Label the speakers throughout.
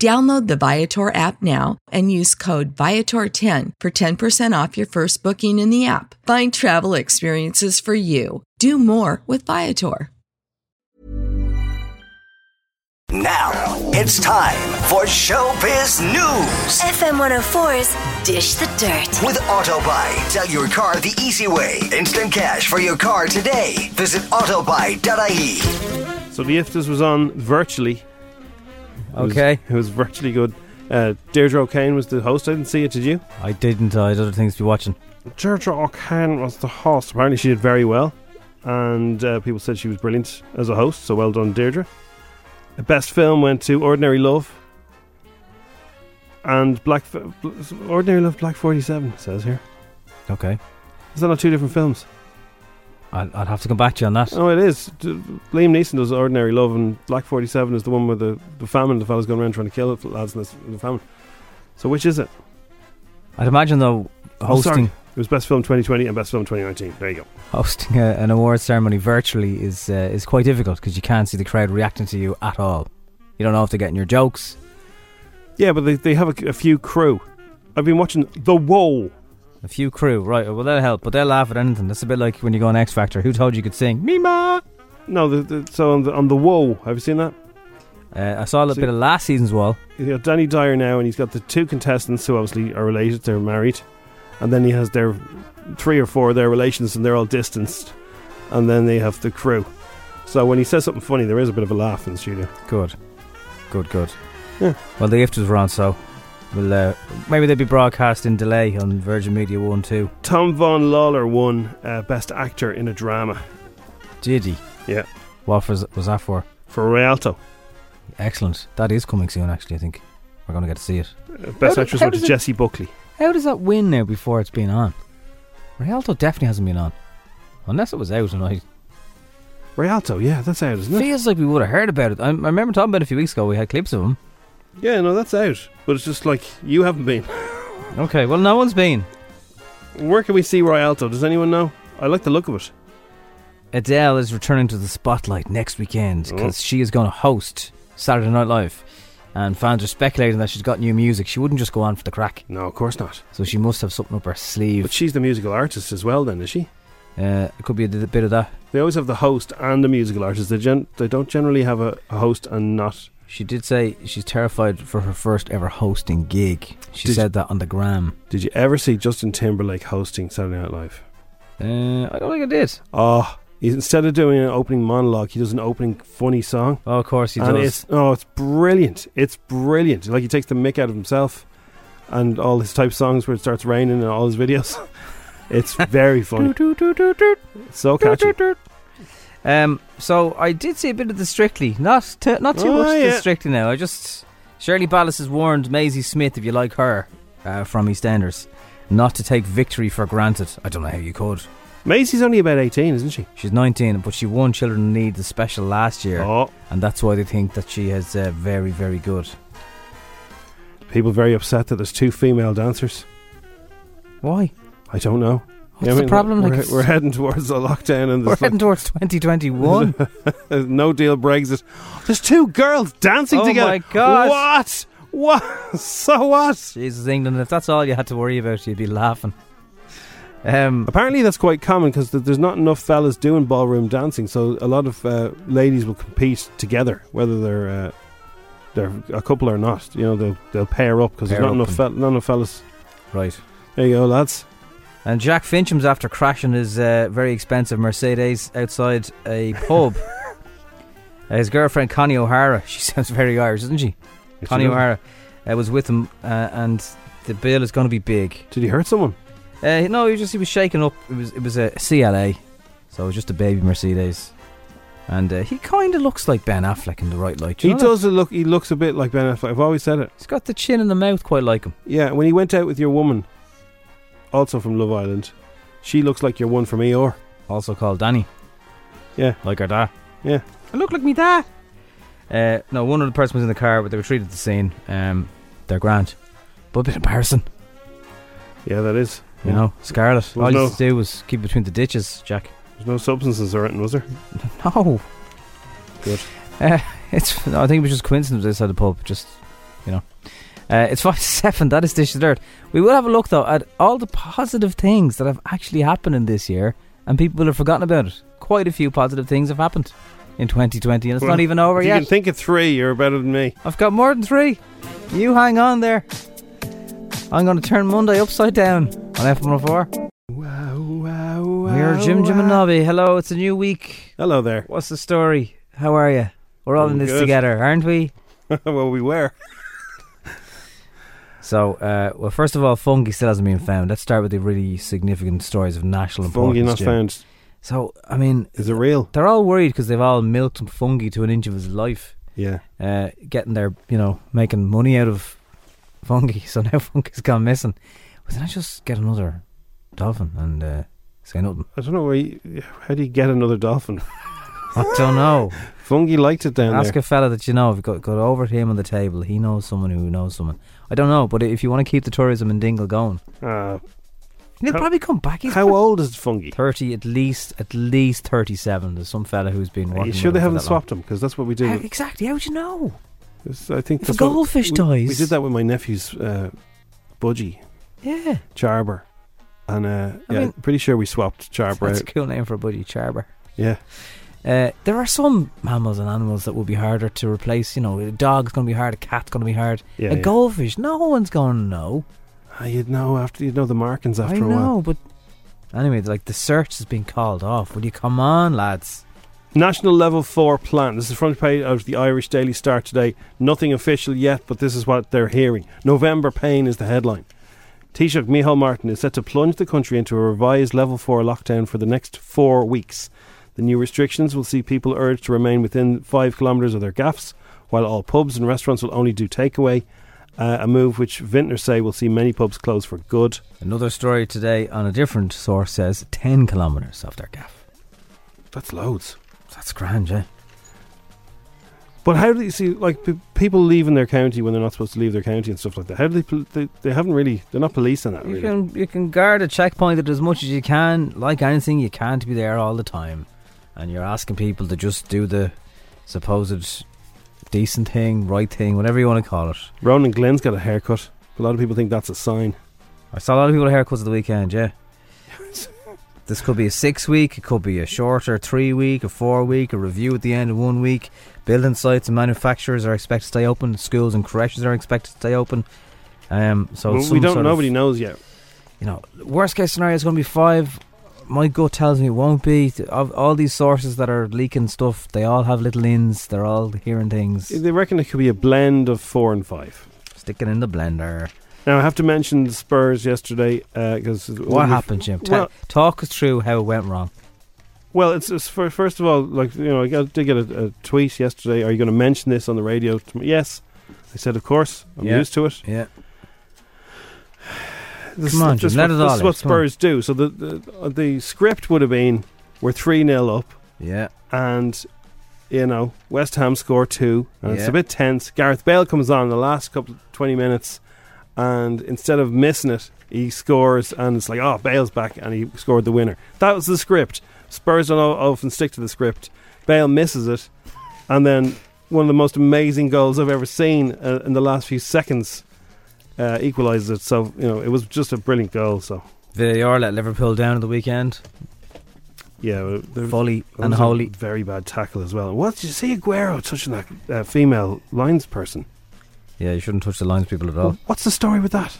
Speaker 1: Download the Viator app now and use code Viator10 for 10% off your first booking in the app. Find travel experiences for you. Do more with Viator.
Speaker 2: Now it's time for Showbiz News
Speaker 3: FM 104's Dish the Dirt.
Speaker 2: with Autobuy. Sell your car the easy way. Instant cash for your car today. Visit autobuy.ie.
Speaker 4: So the IFTAS was on virtually. It was-
Speaker 5: Okay.
Speaker 4: it was virtually good. Uh, Deirdre O'Kane was the host. I didn't see it, did you?
Speaker 5: I didn't. I had other things to be watching.
Speaker 4: Deirdre O'Kane was the host. Apparently, she did very well, and uh, people said she was brilliant as a host. So well done, Deirdre. The best film went to Ordinary Love and Black. F- Bl- Ordinary Love, Black Forty Seven it says here.
Speaker 5: Okay.
Speaker 4: Is that not two different films?
Speaker 5: I'll, I'll have to come back to you on that.
Speaker 4: Oh, it is. D- Liam Neeson does Ordinary Love, and Black 47 is the one where the, the famine, the fella's going around trying to kill the lads in this, in the famine. So, which is it?
Speaker 5: I'd imagine though
Speaker 4: Oh, sorry.
Speaker 5: hosting
Speaker 4: It was Best Film 2020 and Best Film 2019. There you go.
Speaker 5: hosting a, an award ceremony virtually is uh, is quite difficult because you can't see the crowd reacting to you at all. You don't know if they're getting your jokes.
Speaker 4: Yeah, but they, they have a, a few crew. I've been watching The Wall.
Speaker 5: A few crew, right? Well, that'll help, but they'll laugh at anything. That's a bit like when you go on X Factor. Who told you could sing? Me, ma.
Speaker 4: No, the, the, so on the, on the Wall, have you seen that?
Speaker 5: Uh, I saw a
Speaker 4: See-
Speaker 5: little bit of last season's wall.
Speaker 4: He's got Danny Dyer now, and he's got the two contestants who obviously are related, they're married. And then he has their three or four of their relations, and they're all distanced. And then they have the crew. So when he says something funny, there is a bit of a laugh in the studio.
Speaker 5: Good, good, good.
Speaker 4: Yeah.
Speaker 5: Well, the IFTAs were on, so we'll, uh, maybe they'll be broadcast in delay on Virgin Media One too.
Speaker 4: Tom Von Lawler won uh, Best Actor in a Drama
Speaker 5: Did he?
Speaker 4: Yeah.
Speaker 5: What was, was that for?
Speaker 4: for Rialto.
Speaker 5: Excellent. That is coming soon, actually, I think. We're going to get to see it.
Speaker 4: Uh, Best
Speaker 5: do-
Speaker 4: Actress
Speaker 5: how
Speaker 4: went to
Speaker 5: does it-
Speaker 4: Jessie Buckley.
Speaker 5: How does that win now before it's been on? Rialto definitely hasn't been on. Unless it was out and I
Speaker 4: Rialto, yeah, that's out, isn't it?
Speaker 5: feels like we would have heard about it. I, I remember talking about it a few weeks ago. We had clips of him.
Speaker 4: Yeah, no, that's out. But it's just like, you haven't been.
Speaker 5: Okay, well, no one's been.
Speaker 4: Where can we see Rialto? Does anyone know? I like the look of it.
Speaker 5: Adele is returning to the spotlight next weekend
Speaker 4: Oh.
Speaker 5: because she is going to host Saturday Night Live. And fans are speculating that she's got new music. She wouldn't just go on for the crack.
Speaker 4: No, of course not.
Speaker 5: So she must have something up her sleeve.
Speaker 4: But she's the musical artist as well, then, is she?
Speaker 5: Uh, it could be a d- bit of that.
Speaker 4: They always have the host and the musical artist. They gen- they don't generally have a, a host and not.
Speaker 5: She did say she's terrified for her first ever hosting gig. She
Speaker 4: Did-
Speaker 5: said that on the gram.
Speaker 4: Did you ever see Justin Timberlake hosting Saturday Night Live?
Speaker 5: Uh, I don't think I did.
Speaker 4: Oh, he- instead of doing an opening monologue, he does an opening funny song.
Speaker 5: Oh, of course he
Speaker 4: and
Speaker 5: does.
Speaker 4: it's oh, it's brilliant! It's brilliant. Like he takes the mick out of himself, and all his type songs where it starts raining and all his videos. It's very funny.
Speaker 5: Doot, doot, doot, doot,
Speaker 4: It's so
Speaker 5: doot,
Speaker 4: catchy.
Speaker 5: doot, doot. Um, so I did see a bit of the Strictly, not t- not too
Speaker 4: Oh,
Speaker 5: much of
Speaker 4: yeah.
Speaker 5: the Strictly now. I just Shirley Ballas has warned Maisie Smith, if you like her, uh, from EastEnders, not to take victory for granted. I don't know how you could.
Speaker 4: Maisie's only about eighteen, isn't she?
Speaker 5: She's 19, but she won Children in Need the special last year,
Speaker 4: Oh,
Speaker 5: and that's why they think that she is uh, very, very good.
Speaker 4: people very upset that there's two female dancers.
Speaker 5: Why?
Speaker 4: I don't know.
Speaker 5: What's the problem? Like,
Speaker 4: We're,
Speaker 5: it's-
Speaker 4: we're heading towards a lockdown and
Speaker 5: We're
Speaker 4: there's
Speaker 5: heading towards 2021.
Speaker 4: like, uh, no deal Brexit. There's two girls dancing
Speaker 5: Oh
Speaker 4: together.
Speaker 5: my God.
Speaker 4: What? What? so what?
Speaker 5: Jesus, England, if that's all you had to worry about, you'd be laughing. Um,
Speaker 4: Apparently, that's quite common because th- there's not enough fellas doing ballroom dancing, so a lot of uh, ladies will compete together, whether they're uh, they're a couple or not. You know, they'll they'll pair up because there's
Speaker 5: Pair
Speaker 4: not
Speaker 5: up
Speaker 4: enough fel- not enough fellas.
Speaker 5: right.
Speaker 4: There you go, lads.
Speaker 5: And Jack Fincham's after crashing his uh, very expensive Mercedes outside a pub. Uh, his girlfriend Connie O'Hara, she sounds very Irish, doesn't she? Connie O'Hara uh, was with him, uh, and the bill is going to be big.
Speaker 4: Did he hurt someone?
Speaker 5: Uh, no, he was just he was shaken up. It was it was a CLA, so it was just a baby Mercedes, and uh, he kind of looks like Ben Affleck in the right light.
Speaker 4: He
Speaker 5: Do you know that?
Speaker 4: does look. He looks a bit like Ben Affleck. I've always said it.
Speaker 5: He's got the chin and the mouth quite like him.
Speaker 4: Yeah, when he went out with your woman, also from Love Island, she looks like your one from Eeyore.
Speaker 5: Also called Danny.
Speaker 4: Yeah.
Speaker 5: like her da.
Speaker 4: Yeah.
Speaker 5: I look like me da. Uh, no, one other person was in the car, but they were treated to the scene. Um, they're grand, but a bit embarrassing,
Speaker 4: Yeah, that is.
Speaker 5: you know. Scarlet.
Speaker 4: Mm. Well,
Speaker 5: All
Speaker 4: no.
Speaker 5: you had to do was keep between the ditches, Jack.
Speaker 4: There's no substances or anything, was there?
Speaker 5: No.
Speaker 4: Good.
Speaker 5: Oh. Uh, it's. I think it was just coincidence outside the pub. Just, you know. Uh, it's 5 to 7. That is Dish the Dirt. We will have a look, though, at all the positive things that have actually happened in this year, and people will have forgotten about it. Quite a few positive things have happened in 2020, and it's
Speaker 4: Well,
Speaker 5: not even over
Speaker 4: if You
Speaker 5: yet.
Speaker 4: can think of three. You're better than me.
Speaker 5: I've got more than three. You hang on there. I'm going to turn Monday upside down on F104.
Speaker 4: Wow, wow, wow.
Speaker 5: We're Jim Jim and Nobby. Hello, it's a new week.
Speaker 4: Hello there.
Speaker 5: What's the story? How are you? We're all
Speaker 4: I'm
Speaker 5: in this
Speaker 4: good.
Speaker 5: together, aren't we?
Speaker 4: well, we were.
Speaker 5: So, uh, well, first of all, fungi still hasn't been found. Let's start with the really significant stories of national
Speaker 4: Fungi
Speaker 5: importance.
Speaker 4: not
Speaker 5: Jim.
Speaker 4: found.
Speaker 5: So, I mean,
Speaker 4: Is it real?
Speaker 5: they're all worried because they've all milked fungi to an inch of his life,
Speaker 4: Yeah.
Speaker 5: uh, getting their, you know, making money out of fungi. So now fungi's gone missing. But then I just get another dolphin and uh, say nothing.
Speaker 4: I don't know where. You, how do you get another dolphin?
Speaker 5: I don't know.
Speaker 4: Fungi liked it down
Speaker 5: Ask
Speaker 4: there.
Speaker 5: a fella that you know. If you go, go over to him on the table, he knows someone who knows someone. I don't know, but if you want to keep the tourism in Dingle going,
Speaker 4: Uh,
Speaker 5: he'll
Speaker 4: How-
Speaker 5: probably come back. He's
Speaker 4: how
Speaker 5: prob-
Speaker 4: old is Fungi?
Speaker 5: Thirty, at least, at least thirty-seven. There's some fella who's been.
Speaker 4: Are
Speaker 5: working
Speaker 4: you sure
Speaker 5: with
Speaker 4: they
Speaker 5: him for
Speaker 4: haven't
Speaker 5: that long.
Speaker 4: swapped them? Because that's what we do.
Speaker 5: How- exactly. How would you know?
Speaker 4: It's- I think
Speaker 5: If
Speaker 4: that's
Speaker 5: a
Speaker 4: what- we,
Speaker 5: goldfish
Speaker 4: We
Speaker 5: dies-
Speaker 4: did that with my nephew's uh, budgie,
Speaker 5: Yeah,
Speaker 4: Charber, and uh,
Speaker 5: I
Speaker 4: yeah,
Speaker 5: mean-
Speaker 4: pretty sure we swapped Charber
Speaker 5: that's a
Speaker 4: out.
Speaker 5: cool name for a buddy, Charber.
Speaker 4: Yeah,
Speaker 5: Uh, there are some mammals and animals that will be harder to replace. You know, a dog's going to be hard, a cat's going to be hard,
Speaker 4: yeah.
Speaker 5: a
Speaker 4: yeah.
Speaker 5: goldfish. No one's going to know.
Speaker 4: Ah, you'd know after you'd know the markings after
Speaker 5: I
Speaker 4: a while.
Speaker 5: know, but anyway, like the search has been called off. Will you come on, lads?
Speaker 4: National level four plan. This is front page of the Irish Daily Star today. Nothing official yet, but this is what they're hearing. November pain is the headline. Taoiseach Micheál Martin is set to plunge the country into a revised level four lockdown for the next four weeks. The new restrictions will see people urged to remain within five kilometres of their gaffs, while all pubs and restaurants will only do takeaway. Uh, a move which vintners say will see many pubs close for good.
Speaker 5: Another story today on a different source says ten kilometres off their gaff.
Speaker 4: That's loads.
Speaker 5: That's grand, yeah.
Speaker 4: But how do you see like pe- people leaving their county when they're not supposed to leave their county and stuff like that? How do they? Pol- they, they haven't really. They're not policing that
Speaker 5: You
Speaker 4: really.
Speaker 5: can you can guard a checkpoint at as much as you can. Like anything, you can't be there all the time, and you're asking people to just do the supposed decent thing, right thing, whatever you want to call it.
Speaker 4: Ronan Glenn's got a haircut. A lot of people think that's a sign.
Speaker 5: I saw a lot of people with haircuts at the weekend, yeah. this could be a six week, it could be a shorter three week, a four week, a review at the end of one week. Building sites and manufacturers are expected to stay open, schools and creches are expected to stay open. Um, so
Speaker 4: Well,
Speaker 5: some
Speaker 4: we don't.
Speaker 5: sort of-
Speaker 4: Nobody knows yet.
Speaker 5: you know, worst case scenario is going to be five. My gut tells me it won't be. Th- Of all these sources that are leaking stuff, they all have little ins. They're all hearing things.
Speaker 4: They reckon it could be a blend of four and five.
Speaker 5: Sticking in the blender.
Speaker 4: Now I have to mention the Spurs yesterday uh, because
Speaker 5: What happened, Jim? Ta-
Speaker 4: well-
Speaker 5: talk us through how it went wrong.
Speaker 4: Well, it's, it's fir- first of all, like you know, I got, did get a, a tweet yesterday. Are you going to mention this on the radio? tom- Yes, I said, of course. I'm
Speaker 5: Yeah.
Speaker 4: used to it.
Speaker 5: Yeah.
Speaker 4: This,
Speaker 5: Come on,
Speaker 4: this
Speaker 5: Jim, let
Speaker 4: what-
Speaker 5: it all
Speaker 4: This is
Speaker 5: out,
Speaker 4: what
Speaker 5: come on.
Speaker 4: Spurs do. So the, the uh, the script would have been we're three 0 up,
Speaker 5: Yeah.
Speaker 4: and you know West Ham score two, and it's
Speaker 5: Yeah.
Speaker 4: a bit tense. Gareth Bale comes on in the last couple twenty minutes, and instead of missing it, He scores, and it's like, oh, Bale's back, and he scored the winner. That was the script. Spurs don't o- often stick to the script. Bale misses it, and then one of the most amazing goals I've ever seen uh, in the last few seconds uh, equalises it. So you know, it was just a brilliant goal. So
Speaker 5: Villarreal let Liverpool down at the weekend.
Speaker 4: yeah, uh, there-
Speaker 5: Folly
Speaker 4: That
Speaker 5: and
Speaker 4: was a
Speaker 5: holy.
Speaker 4: very bad tackle as well. What did you see Aguero touching that uh, female lines person?
Speaker 5: Yeah, you shouldn't touch the lines people at all.
Speaker 4: What's the story with that?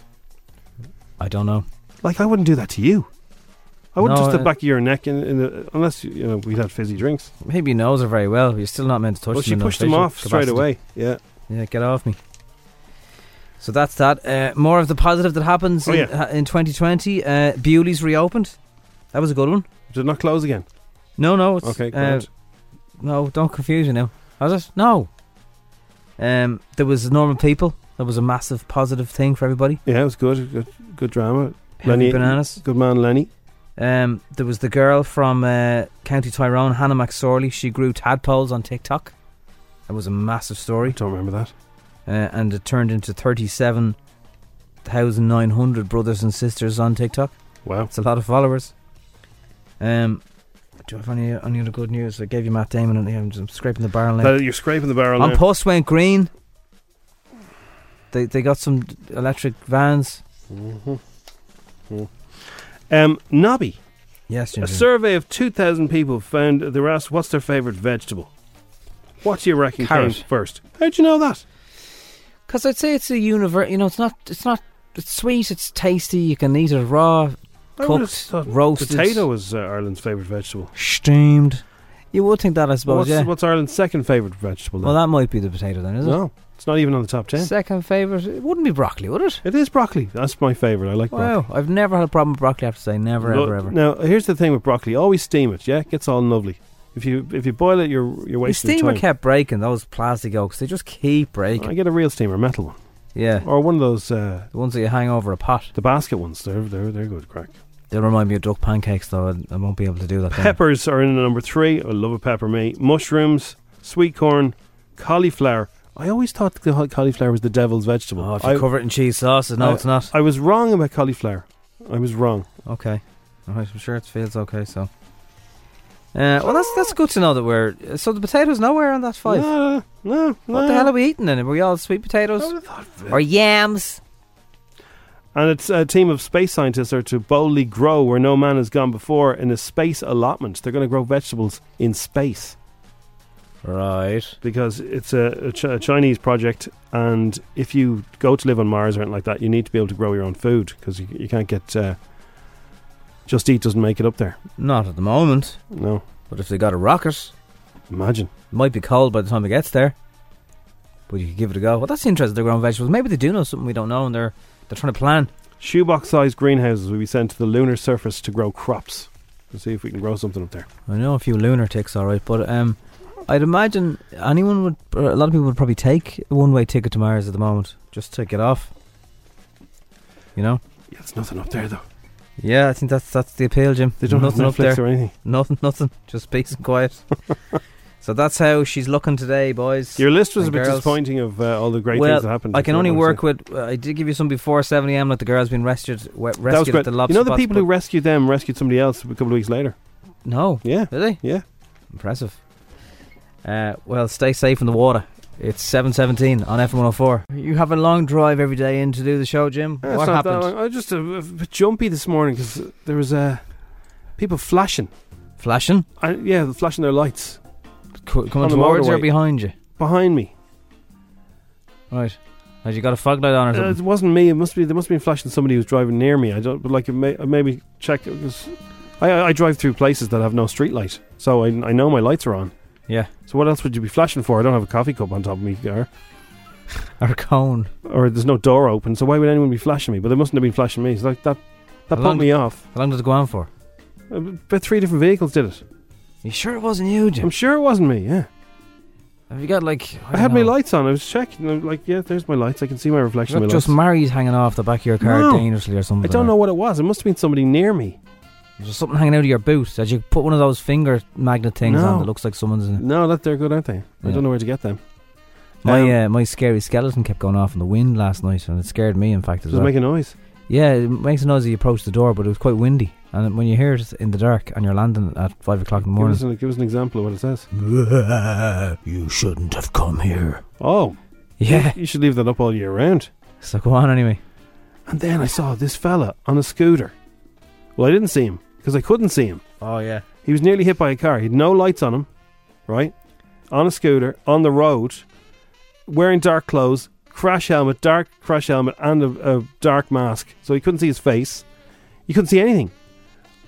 Speaker 5: I don't know.
Speaker 4: Like, I wouldn't do that to you. I wouldn't
Speaker 5: No,
Speaker 4: touch the
Speaker 5: uh,
Speaker 4: back of your neck in, in the, unless you know we had fizzy drinks.
Speaker 5: Maybe he knows her very well. You're still not meant to touch
Speaker 4: Well,
Speaker 5: them
Speaker 4: she
Speaker 5: in no
Speaker 4: pushed him
Speaker 5: facial
Speaker 4: off straight
Speaker 5: capacity.
Speaker 4: away. Yeah,
Speaker 5: Yeah, get off me. So that's that. Uh, more of the positive that happens
Speaker 4: Oh,
Speaker 5: in,
Speaker 4: yeah.
Speaker 5: ha- in 2020. Uh, Bewley's reopened. That was a good one.
Speaker 4: did it not close again.
Speaker 5: No, no. It's,
Speaker 4: Okay,
Speaker 5: uh,
Speaker 4: great.
Speaker 5: No, don't confuse you now. Was it? No. Um, there was normal people. That was a massive positive thing for everybody.
Speaker 4: Yeah, it was good. Good, good drama.
Speaker 5: Healthy bananas.
Speaker 4: Good man, Lenny.
Speaker 5: Um, there was the girl from uh, County Tyrone, Hannah McSorley. She grew tadpoles on TikTok. That was a massive
Speaker 4: I
Speaker 5: story,
Speaker 4: don't remember that.
Speaker 5: uh, and it turned into thirty-seven thousand nine hundred brothers and sisters on TikTok.
Speaker 4: Wow.
Speaker 5: It's a lot of followers. Um, do I have any any other good news? I gave you Matt Damon, and I'm just scraping the barrel. now.
Speaker 4: That- Uh, you're scraping the barrel
Speaker 5: On
Speaker 4: now.
Speaker 5: post went green. They they got some electric vans.
Speaker 4: Um, Nobby.
Speaker 5: Yes,
Speaker 4: A
Speaker 5: Ginger.
Speaker 4: survey of 2,000 people found they were asked what's their favourite vegetable. What do you reckon
Speaker 5: Carrot.
Speaker 4: came first? How'd you know that?
Speaker 5: Because I'd say it's a univer. You know, it's not. It's not. It's sweet. It's tasty. You can eat it raw,
Speaker 4: I would've
Speaker 5: cooked,
Speaker 4: thought
Speaker 5: roasted,
Speaker 4: Potato is uh, Ireland's favourite vegetable.
Speaker 5: steamed. You would think that, I suppose.
Speaker 4: what's,
Speaker 5: yeah.
Speaker 4: what's Ireland's second favourite vegetable? Then?
Speaker 5: well, that might be the potato then, is
Speaker 4: no, it's not even on the top
Speaker 5: it?
Speaker 4: ten.
Speaker 5: Second favorite. It wouldn't be broccoli, would it?
Speaker 4: It is broccoli. That's my favourite. I like
Speaker 5: Wow, I've never had a problem with broccoli. I have to say, never,
Speaker 4: broccoli. Lo-
Speaker 5: ever, ever.
Speaker 4: Now, here's the thing with broccoli: always steam it. Yeah, it gets all lovely. If you if you boil it, you're you're
Speaker 5: The
Speaker 4: wasting
Speaker 5: steamer
Speaker 4: time.
Speaker 5: kept breaking those plastic oaks. They just keep breaking.
Speaker 4: I get a real steamer, metal one,
Speaker 5: yeah,
Speaker 4: or one of those uh,
Speaker 5: the ones that you hang over a pot.
Speaker 4: the basket ones. They're they're they're good crack.
Speaker 5: They remind me of duck pancakes, though. I, I won't be able to do that. then.
Speaker 4: Peppers are in at number three. I love a pepper, me. Mushrooms, sweet corn, cauliflower. I always thought the ca- cauliflower was the devil's vegetable.
Speaker 5: Oh, if you
Speaker 4: I,
Speaker 5: cover it in cheese sauce, no,
Speaker 4: I-
Speaker 5: it's not.
Speaker 4: I was wrong about cauliflower. I was wrong.
Speaker 5: Okay, All right, I'm sure it feels okay. So, uh, well, that's that's good to know that we're. So the potatoes nowhere on that five.
Speaker 4: No, no, no.
Speaker 5: What the hell are we eating then? Are we all sweet potatoes or yams?
Speaker 4: And it's a team of space scientists are to boldly grow where no man has gone before in a space allotment. They're going to grow vegetables in space
Speaker 5: Right.
Speaker 4: because it's a, a, Ch- a Chinese project. And if you go to live on Mars or anything like that, you need to be able to grow your own food because you, you can't get. Uh, just Eat doesn't make it up there.
Speaker 5: Not at the moment,
Speaker 4: No,
Speaker 5: but if they got a rocket,
Speaker 4: imagine.
Speaker 5: it might be cold by the time it gets there. But you could give it a go. Well, that's interesting. They're growing vegetables. Maybe they do know something we don't know, and they're they're trying to plan.
Speaker 4: Shoebox sized greenhouses will be sent to the lunar surface to grow crops. To see if we can grow something up there.
Speaker 5: I know a few lunatics, all right, but um, I'd imagine anyone would, or a lot of people would probably take a one-way ticket to Mars at the moment just to get off. You know?
Speaker 4: Yeah, there's nothing up there though.
Speaker 5: Yeah, I think that's that's the appeal, Jim.
Speaker 4: They don't
Speaker 5: nothing
Speaker 4: have
Speaker 5: up
Speaker 4: Netflix
Speaker 5: there.
Speaker 4: or anything.
Speaker 5: Nothing, nothing. Just peace and quiet. so that's how she's looking today, boys.
Speaker 4: Your list was
Speaker 5: And
Speaker 4: a bit
Speaker 5: girls.
Speaker 4: disappointing of uh, all the great
Speaker 5: well,
Speaker 4: things that happened.
Speaker 5: I
Speaker 4: That's
Speaker 5: can
Speaker 4: what
Speaker 5: only
Speaker 4: wanna
Speaker 5: work
Speaker 4: say.
Speaker 5: with. uh, I did give you some before seven a.m. That the girl's been rescued. we-
Speaker 4: That was
Speaker 5: Rescued at
Speaker 4: great.
Speaker 5: the lobster.
Speaker 4: you know the
Speaker 5: Pots,
Speaker 4: people who
Speaker 5: but-
Speaker 4: rescued them rescued somebody else a couple of weeks later.
Speaker 5: no,
Speaker 4: Yeah,
Speaker 5: did they?
Speaker 4: yeah.
Speaker 5: Impressive. Uh, well, stay safe in the water. It's 7.17 on F104. You have a long drive every day in to do the show, Jim.
Speaker 4: Yeah, it's
Speaker 5: what
Speaker 4: not that
Speaker 5: happened?
Speaker 4: long. I was just a, a bit jumpy this morning because there was uh, people flashing.
Speaker 5: Flashing?
Speaker 4: I, yeah, flashing their lights
Speaker 5: Co- coming
Speaker 4: On the
Speaker 5: towards you or
Speaker 4: motorway.
Speaker 5: behind you?
Speaker 4: behind me.
Speaker 5: Right. Has you got a fog light on or
Speaker 4: Uh,
Speaker 5: something?
Speaker 4: it wasn't me. It must be. They must have been flashing somebody who's driving near me. I don't. But like, it may, I maybe check. It was, I, I I drive through places that have no street light, so I, I know my lights are on.
Speaker 5: yeah.
Speaker 4: So what else would you be flashing for? I don't have a coffee cup on top of me, or,
Speaker 5: Or a cone.
Speaker 4: or there's no door open. So why would anyone be flashing me? But they mustn't have been flashing me. So that that, that
Speaker 5: How long-
Speaker 4: put me off. Uh,
Speaker 5: How long did it go on for?
Speaker 4: But three different vehicles did it.
Speaker 5: You sure it wasn't you,
Speaker 4: I'm
Speaker 5: Jim?
Speaker 4: sure it wasn't me. Yeah,
Speaker 5: Have you got like...
Speaker 4: I, had my lights on. I was checking. I'm like, yeah, there's my lights. I can see my reflection. in
Speaker 5: Not
Speaker 4: my
Speaker 5: just
Speaker 4: lights.
Speaker 5: Mary's hanging off the back of your car
Speaker 4: No.
Speaker 5: dangerously or
Speaker 4: I
Speaker 5: something.
Speaker 4: don't know what it was. It must have been somebody near me.
Speaker 5: There's something hanging out of your boot. Did you put one of those finger magnet things
Speaker 4: No.
Speaker 5: on that looks like someone's... In it?
Speaker 4: No, that they're good, aren't they? I
Speaker 5: Yeah.
Speaker 4: don't know where to get them.
Speaker 5: My
Speaker 4: Um,
Speaker 5: uh, my scary skeleton kept going off in the wind last night, and it scared me. In fact, as
Speaker 4: Just
Speaker 5: well.
Speaker 4: make a noise.
Speaker 5: Yeah, it makes a noise as you approach the door, but it was quite windy. And when you hear it in the dark and you're landing at 5 o'clock in the
Speaker 4: Give
Speaker 5: morning.
Speaker 4: us, an, give us an example of what it says.
Speaker 5: You shouldn't have come here.
Speaker 4: Oh,
Speaker 5: Yeah.
Speaker 4: you should leave that up all year round.
Speaker 5: So go on anyway.
Speaker 4: And then I saw this fella on a scooter. Well, I didn't see him because I couldn't see him.
Speaker 5: Oh, yeah.
Speaker 4: He was nearly hit by a car. He had no lights on him, right? On a scooter, on the road, wearing dark clothes, crash helmet, dark crash helmet, and a, a dark mask. So he couldn't see his face. You couldn't see anything.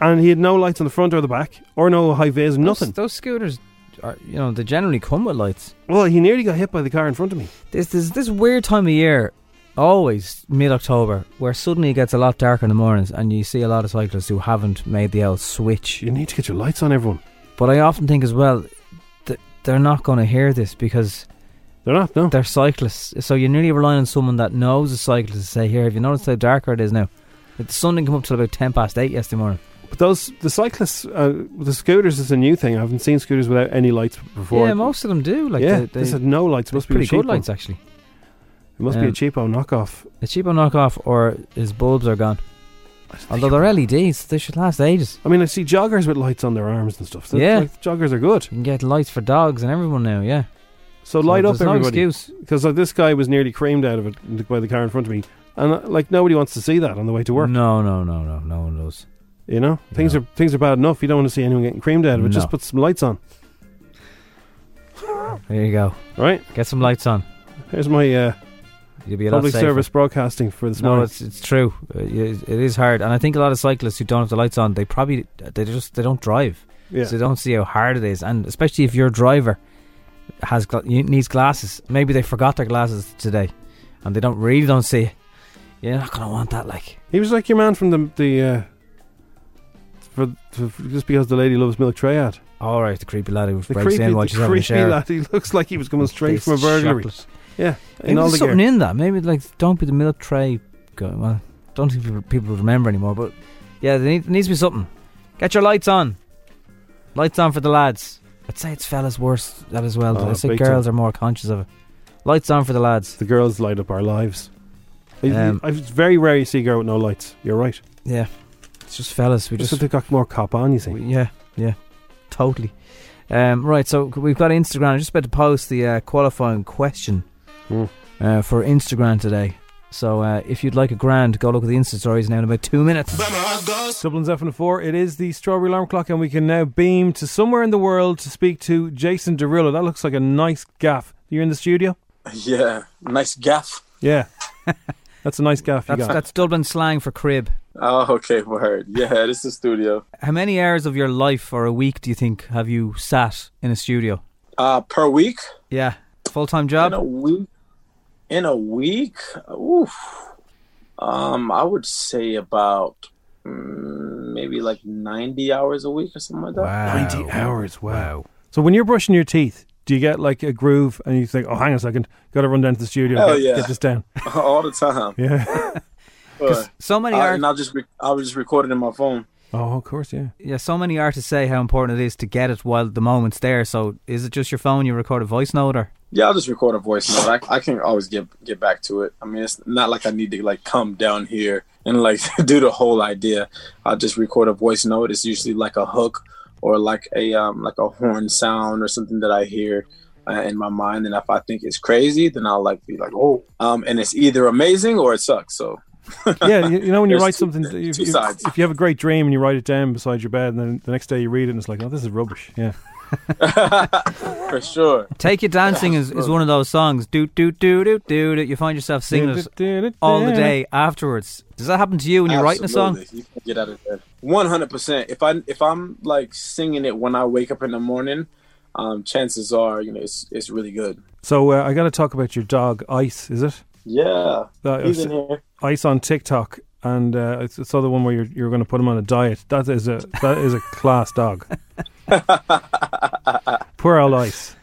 Speaker 4: And he had no lights on the front or the back, or no high vis, nothing.
Speaker 5: Those, scooters, are, you know, they generally come with lights.
Speaker 4: Well, he nearly got hit by the car in front of me.
Speaker 5: There's, there's this weird time of year, always mid October, where suddenly it gets a lot darker in the mornings and you see a lot of cyclists who haven't made the old switch.
Speaker 4: You need to get your lights on, everyone.
Speaker 5: But I often think as well that they're not going to hear this because
Speaker 4: They're not, no.
Speaker 5: they're cyclists. So you're nearly relying on someone that knows a cyclist to say, "Here, have you noticed how darker it is now?" Like, the sun didn't come up till about ten past eight yesterday morning.
Speaker 4: But those the cyclists, uh, the scooters is a new thing. I haven't seen scooters without any lights before.
Speaker 5: yeah, most of them do. Like,
Speaker 4: yeah,
Speaker 5: they, they,
Speaker 4: this had no lights. It
Speaker 5: it's
Speaker 4: must be a
Speaker 5: pretty
Speaker 4: cheap
Speaker 5: good
Speaker 4: one.
Speaker 5: lights actually.
Speaker 4: It must be a
Speaker 5: Um,
Speaker 4: cheapo knockoff.
Speaker 5: A cheaper knockoff, or his bulbs are gone. Although they're LEDs, they should last ages.
Speaker 4: I mean, I see joggers with lights on their arms and stuff. That's
Speaker 5: Yeah.
Speaker 4: like, joggers are good.
Speaker 5: You can get lights for dogs and everyone now. Yeah,
Speaker 4: So light
Speaker 5: So
Speaker 4: up
Speaker 5: there's no
Speaker 4: everybody,
Speaker 5: excuse.
Speaker 4: because like, this guy was nearly creamed out of it by the car in front of me, and uh, like nobody wants to see that on the way to work.
Speaker 5: No, no, no, no, no one does.
Speaker 4: You know, things
Speaker 5: No.
Speaker 4: are things are bad enough. You don't want to see anyone getting creamed out of it. Just
Speaker 5: No.
Speaker 4: put some lights on,
Speaker 5: There you go.
Speaker 4: right?
Speaker 5: Get some lights on.
Speaker 4: Here's my uh,
Speaker 5: You'll be a lot
Speaker 4: public
Speaker 5: safer.
Speaker 4: service broadcasting for this
Speaker 5: No,
Speaker 4: morning.
Speaker 5: it's it's true. Uh, y- It is hard, and I think a lot of cyclists who don't have the lights on, they probably they just they don't drive,
Speaker 4: yeah.
Speaker 5: so they don't see how hard it is, and especially if your driver has gla- you- needs glasses. Maybe they forgot their glasses today, and they don't really don't see. it. You're not gonna want that, like.
Speaker 4: He was like your man from the the uh, for, for just because the lady loves milk tray ad.
Speaker 5: All right, the creepy lad who
Speaker 4: The
Speaker 5: breaks
Speaker 4: creepy,
Speaker 5: in while
Speaker 4: the
Speaker 5: she's having a
Speaker 4: creepy
Speaker 5: shower.
Speaker 4: lad. He looks like he was coming straight from a
Speaker 5: Tastes
Speaker 4: burglary.
Speaker 5: chocolate.
Speaker 4: Yeah,
Speaker 5: Maybe
Speaker 4: in all
Speaker 5: there's
Speaker 4: the
Speaker 5: something
Speaker 4: gear.
Speaker 5: in that. Maybe like don't be the milk tray. Go, well, don't think people- people remember anymore. But yeah, there, need, there needs to be something. Get your lights on. Lights on for the lads. I'd say it's fellas worse that as well.
Speaker 4: Oh,
Speaker 5: I say
Speaker 4: big
Speaker 5: girls are more conscious of it. Lights on for the lads.
Speaker 4: The girls light up our lives. I,
Speaker 5: Um,
Speaker 4: I, it's very rare you see a girl with no lights. You're right.
Speaker 5: Yeah, it's just fellas. We
Speaker 4: Just
Speaker 5: just
Speaker 4: that they've got more cop on, you see.
Speaker 5: we- yeah yeah totally. Um, right, so c- we've got Instagram. I'm just about to post the uh, qualifying question
Speaker 4: Hmm.
Speaker 5: uh, for Instagram today. So uh, if you'd like a grand, go look at the Insta stories now in about two minutes.
Speaker 4: Dublin's F4. It is the strawberry alarm clock, and we can now beam to somewhere in the world to speak to Jason Derulo. That looks like a nice gaff. You're in the studio?
Speaker 6: Yeah, nice gaff.
Speaker 4: Yeah. That's a nice gaff you
Speaker 5: That's,
Speaker 4: got.
Speaker 5: that's Dublin slang for crib.
Speaker 6: Oh, okay, word. Yeah, this is the studio.
Speaker 5: How many hours of your life or a week do you think have you sat in a studio?
Speaker 6: Uh, per week?
Speaker 5: Yeah, full time job.
Speaker 6: In a week? In a week? Oof. Um, I would say about mm, maybe like 90 hours a week or something like that.
Speaker 4: 90 hours. Wow. So when you're brushing your teeth, do you get like a groove and you think, oh, hang on a second, got to run down to the studio
Speaker 6: Hell
Speaker 4: get,
Speaker 6: yeah.
Speaker 4: get this down?
Speaker 6: All the time.
Speaker 4: Yeah.
Speaker 6: But,
Speaker 5: So many
Speaker 6: I,
Speaker 5: art-
Speaker 6: and I'll just, re- I'll just record it in my phone.
Speaker 4: oh, of course, yeah.
Speaker 5: yeah, so many artists say how important it is to get it while the moment's there. So is it just your phone? You record a voice note, or
Speaker 6: Yeah, I'll just record a voice note. I, I can always get get back to it. I mean, it's not like I need to like come down here and like do the whole idea. I'll just record a voice note. It's usually like a hook or like a um like a horn sound or something that I hear uh, in my mind. And if I think it's crazy, then I'll like be like, oh, um, and it's either amazing or it sucks. So
Speaker 4: Yeah, you, you know when you
Speaker 6: There's
Speaker 4: write
Speaker 6: two-
Speaker 4: something,
Speaker 6: two
Speaker 4: if, if-
Speaker 6: sides.
Speaker 4: if you have a great dream and you write it down beside your bed, and then the next day you read it and it's like, oh, this is rubbish. Yeah.
Speaker 6: for sure,
Speaker 5: "Take You Dancing" is, is one of those songs. Do do do do do. do. You find yourself singing it all the day afterwards. Does that happen to you when you're writing a song?
Speaker 6: Absolutely. You can get out of bed. One hundred percent. If I if I'm like singing it when I wake up in the morning, um, chances are you know it's it's really good.
Speaker 4: So uh, I got to talk about your dog, Ice, is it?
Speaker 6: Yeah,
Speaker 4: That
Speaker 6: he's
Speaker 4: is-
Speaker 6: in here.
Speaker 4: Ice on TikTok. And uh, I saw the one where you're, you're going to put him on a diet. That is a that is a class dog. Poor old Ice.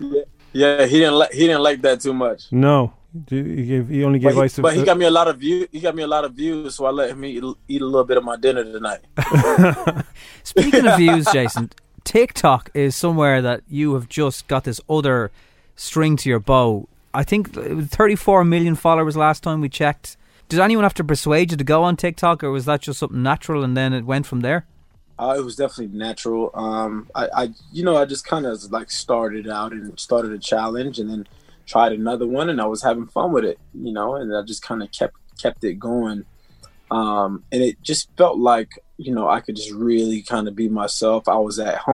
Speaker 6: Yeah, he didn't like he didn't like that too much.
Speaker 4: No, he, gave, he only
Speaker 6: But
Speaker 4: gave
Speaker 6: he,
Speaker 4: Ice. a-
Speaker 6: but he got me a lot of view. He got me a lot of views, so I let him eat, eat a little bit of my dinner tonight.
Speaker 5: Speaking of views, Jason, TikTok is somewhere that you have just got this other string to your bow. I think it was 34 million followers last time we checked. Did anyone have to persuade you to go on TikTok, or was that just something natural and then it went from there?
Speaker 6: Uh, it was definitely natural. Um, I, I, you know, I just kind of like started out and started a challenge, and then tried another one, and I was having fun with it, you know, and I just kind of kept kept it going, um, and it just felt like you know I could just really kind of be myself. I was at home.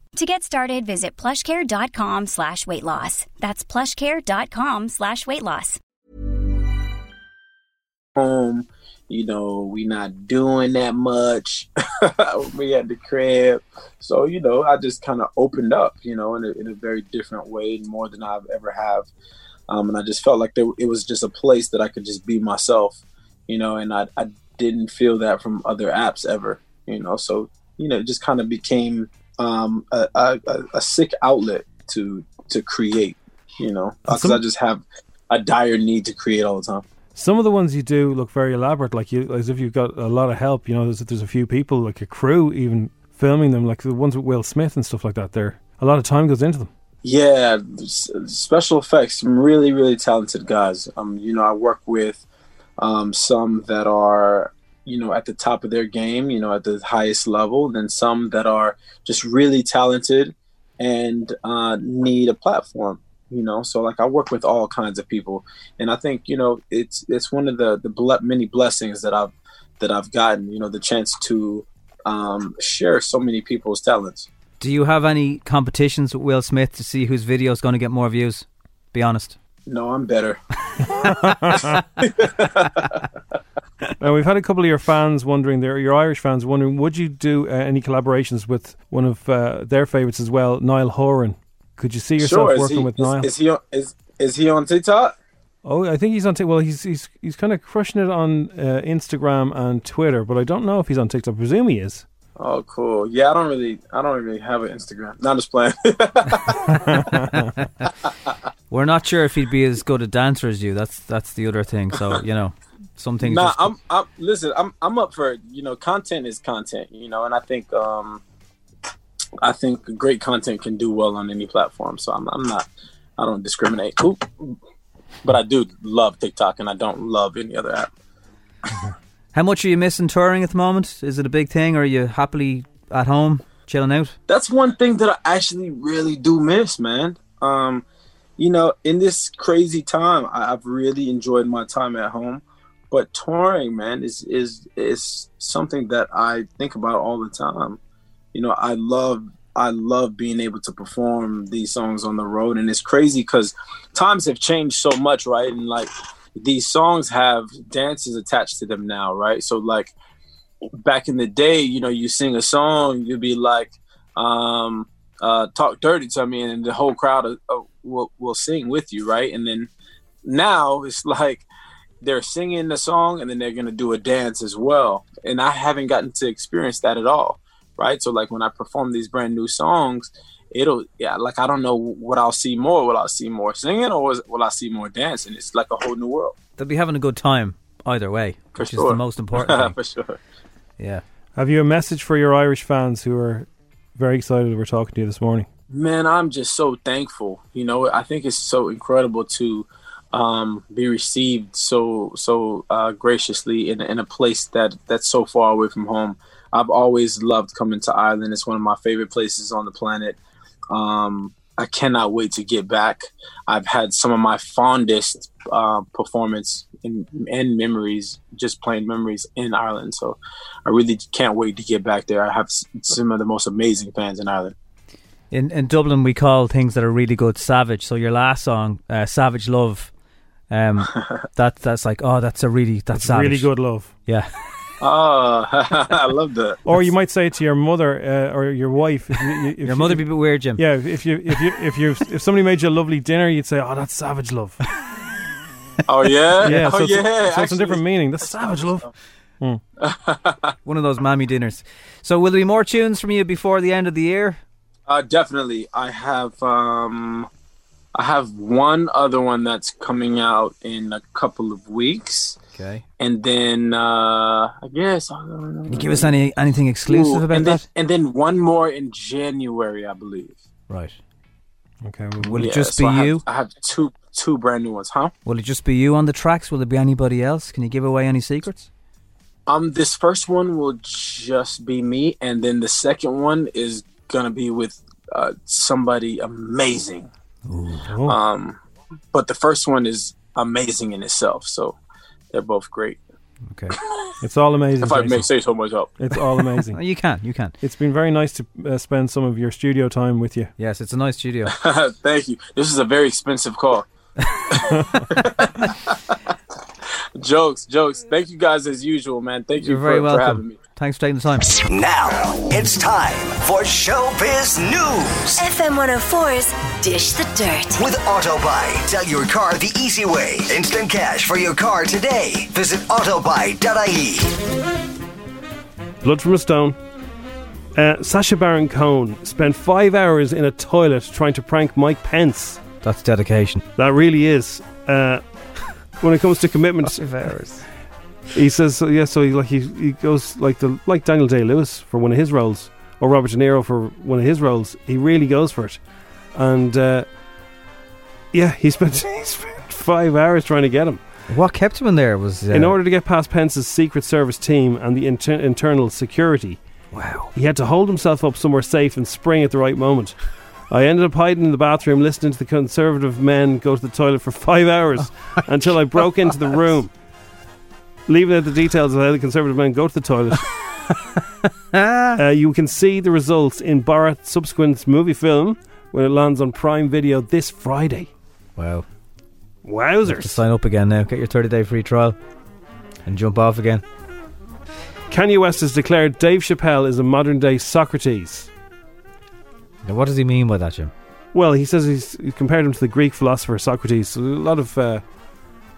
Speaker 7: To get started, visit plushcare.com slash weight loss. That's plushcare.com slash weight loss.
Speaker 6: home. You know, we not doing that much. we at the crib. So, you know, I just kind of opened up, you know, in a, in a very different way, more than I've ever have. Um, and I just felt like there, it was just a place that I could just be myself, you know, and I, I didn't feel that from other apps ever, you know. So, you know, it just kind of became um, a, a, a- a sick outlet to to create, you know, because I just have a dire need to create all the time.
Speaker 4: Some of the ones you do look very elaborate, like you, as if you've got a lot of help. You know, there's, there's a few people, like a crew, even filming them, like the ones with Will Smith and stuff like that. There, a lot of time goes into them.
Speaker 6: Yeah, s- special effects. Some really, really talented guys. Um, you know, I work with um, some that are, you know, at the top of their game. You know, at the highest level. Then some that are just really talented and uh, need a platform. You know, so like I work with all kinds of people, and I think you know it's it's one of the the ble- many blessings that I've that I've gotten. You know, the chance to um, share so many people's talents.
Speaker 5: Do you have any competitions with Will Smith to see whose video is going to get more views? Be honest.
Speaker 6: No, I'm better.
Speaker 4: Now we've had a couple of your fans wondering, there, your Irish fans wondering, would you do uh, any collaborations with one of uh, their favorites as well, Niall Horan? Could you see yourself
Speaker 6: is
Speaker 4: working
Speaker 6: he,
Speaker 4: with
Speaker 6: is,
Speaker 4: Niall?
Speaker 6: Is he on, is is he on TikTok?
Speaker 4: oh, I think he's on. Tik well, he's he's he's kind of crushing it on uh, Instagram and Twitter, but I don't know if he's on TikTok. I presume he is.
Speaker 6: Oh, cool. Yeah, I don't really, I don't really have an Instagram. Not just playing.
Speaker 5: We're not sure if he'd be as good a dancer as you. That's that's the other thing. So you know, some things.
Speaker 6: nah,
Speaker 5: just-
Speaker 6: I'm, I'm. Listen, I'm, I'm up for it. You know, content is content. You know, and I think, um, I think great content can do well on any platform. So I'm, I'm not, I don't discriminate. Oop. But I do love TikTok, and I don't love any other app.
Speaker 5: How much are you missing touring at the moment? Is it a big thing, or are you happily at home chilling out?
Speaker 6: that's one thing that I actually really do miss, man. Um, you know, in this crazy time, I, I've really enjoyed my time at home. But touring, man, is is is something that I think about all the time. You know, I love I love being able to perform these songs on the road, and it's crazy because times have changed so much, right? And like these songs have dances attached to them now, right? So like back in the day, you know, you sing a song, you'd be like, um, uh, talk dirty to me, and the whole crowd uh, uh, will, will sing with you, right? And then now it's like they're singing the song and then they're going to do a dance as well. And I haven't gotten to experience that at all, right? So, like, when I perform these brand new songs, it'll, yeah, like, I don't know what I'll see more. Will I see more singing or is- will I see more dancing? It's like a whole new world.
Speaker 5: They'll be having a good time either way,
Speaker 6: For
Speaker 5: which
Speaker 6: sure.
Speaker 5: is the most important
Speaker 6: For
Speaker 5: thing.
Speaker 6: sure.
Speaker 5: Yeah.
Speaker 4: Have you a message for your Irish fans who are very excited we're talking to you this morning?
Speaker 6: man i'm just so thankful you know i think it's so incredible to um, be received so so uh, graciously in, in a place that that's so far away from home i've always loved coming to ireland it's one of my favorite places on the planet um, i cannot wait to get back i've had some of my fondest uh, performance and, and memories just plain memories in ireland so i really can't wait to get back there i have s- some of the most amazing fans in ireland
Speaker 5: In in Dublin, we call things that are really good savage. So your last song, uh, "Savage Love," um, that that's like, oh, that's a really that's,
Speaker 4: It's
Speaker 5: savage.
Speaker 4: really good love.
Speaker 5: Yeah,
Speaker 6: Oh, I love that.
Speaker 4: Or you might say it to your mother uh, or your wife. If you, you- if
Speaker 5: your mother
Speaker 4: you,
Speaker 5: be a bit weird, Jim.
Speaker 4: Yeah, if you if you if you if somebody made you a lovely dinner, you'd say, "Oh, that's savage love."
Speaker 6: Oh yeah,
Speaker 4: Yeah,
Speaker 6: oh
Speaker 4: so it's,
Speaker 6: yeah.
Speaker 4: so it's a
Speaker 6: actually.
Speaker 4: different meaning. That's savage love.
Speaker 5: Oh. One of those mammy dinners. So, will there be more tunes from you before the end of the year?
Speaker 6: Uh, definitely. I have um, I have one other one that's coming out in a couple of weeks,
Speaker 5: Okay.
Speaker 6: and then uh, I guess I
Speaker 5: Can you give us any anything exclusive about
Speaker 6: and then,
Speaker 5: that?
Speaker 6: and then one more in January, I believe.
Speaker 5: Right.
Speaker 4: Okay.
Speaker 5: Will
Speaker 6: Yeah,
Speaker 5: it just
Speaker 6: so I
Speaker 5: be
Speaker 6: have-
Speaker 5: you?
Speaker 6: I have two two brand new ones, huh?
Speaker 5: Will it just be you on the tracks? Will there be anybody else? Can you give away any secrets?
Speaker 6: Um, this first one will just be me, and then the second one is gonna be with uh, somebody amazing. Um, but the first one is amazing in itself, so they're both great.
Speaker 5: Okay.
Speaker 4: It's all amazing.
Speaker 6: If I may
Speaker 4: Jason.
Speaker 6: say so myself,
Speaker 4: It's all
Speaker 5: Oh,
Speaker 4: amazing.
Speaker 5: you can. You can.
Speaker 4: it's been very nice to uh, spend some of your studio time with you.
Speaker 5: Yes, it's a nice studio.
Speaker 6: thank you. This is a very expensive call. jokes, jokes. Thank you guys as usual, man. Thank
Speaker 5: You're
Speaker 6: you
Speaker 5: very
Speaker 6: for, for having
Speaker 5: welcome.
Speaker 6: me.
Speaker 5: Thanks for taking the time.
Speaker 2: Now it's time for Showbiz News
Speaker 3: FM 104's Dish the Dirt.
Speaker 2: with Autobuy. Sell your car the easy way. Instant cash for your car today. Visit autobuy.ie.
Speaker 4: Blood from a Stone. Uh, Sasha Baron Cohen spent five hours in a toilet trying to prank Mike Pence.
Speaker 5: That's dedication.
Speaker 4: That really is. Uh, when it comes to commitment,
Speaker 5: hours.
Speaker 4: he says so, yeah. So he like he, he goes like the like Daniel Day Lewis for one of his roles, or Robert De Niro for one of his roles. He really goes for it, and uh, yeah, he spent he spent five hours trying to get him.
Speaker 5: What kept him in there was uh,
Speaker 4: In order to get past Pence's Secret Service team and the inter- internal security,
Speaker 5: Wow.
Speaker 4: he had to hold himself up somewhere safe and spring at the right moment. I ended up hiding in the bathroom listening to the conservative men go to the toilet for five hours until I broke into the room. Leaving out the details of how the conservative men go to the toilet, uh, you can see the results in Borat's subsequent movie film when it lands on Prime Video this Friday.
Speaker 5: Wow.
Speaker 4: Wowzers!
Speaker 5: Just sign up again now. Get your 30 day free trial and jump off again.
Speaker 4: Kanye West has declared Dave Chappelle is a modern day Socrates.
Speaker 5: Now, what does he mean by that, Jim?
Speaker 4: Well, he says he's he compared him to the Greek philosopher Socrates. So a lot of uh,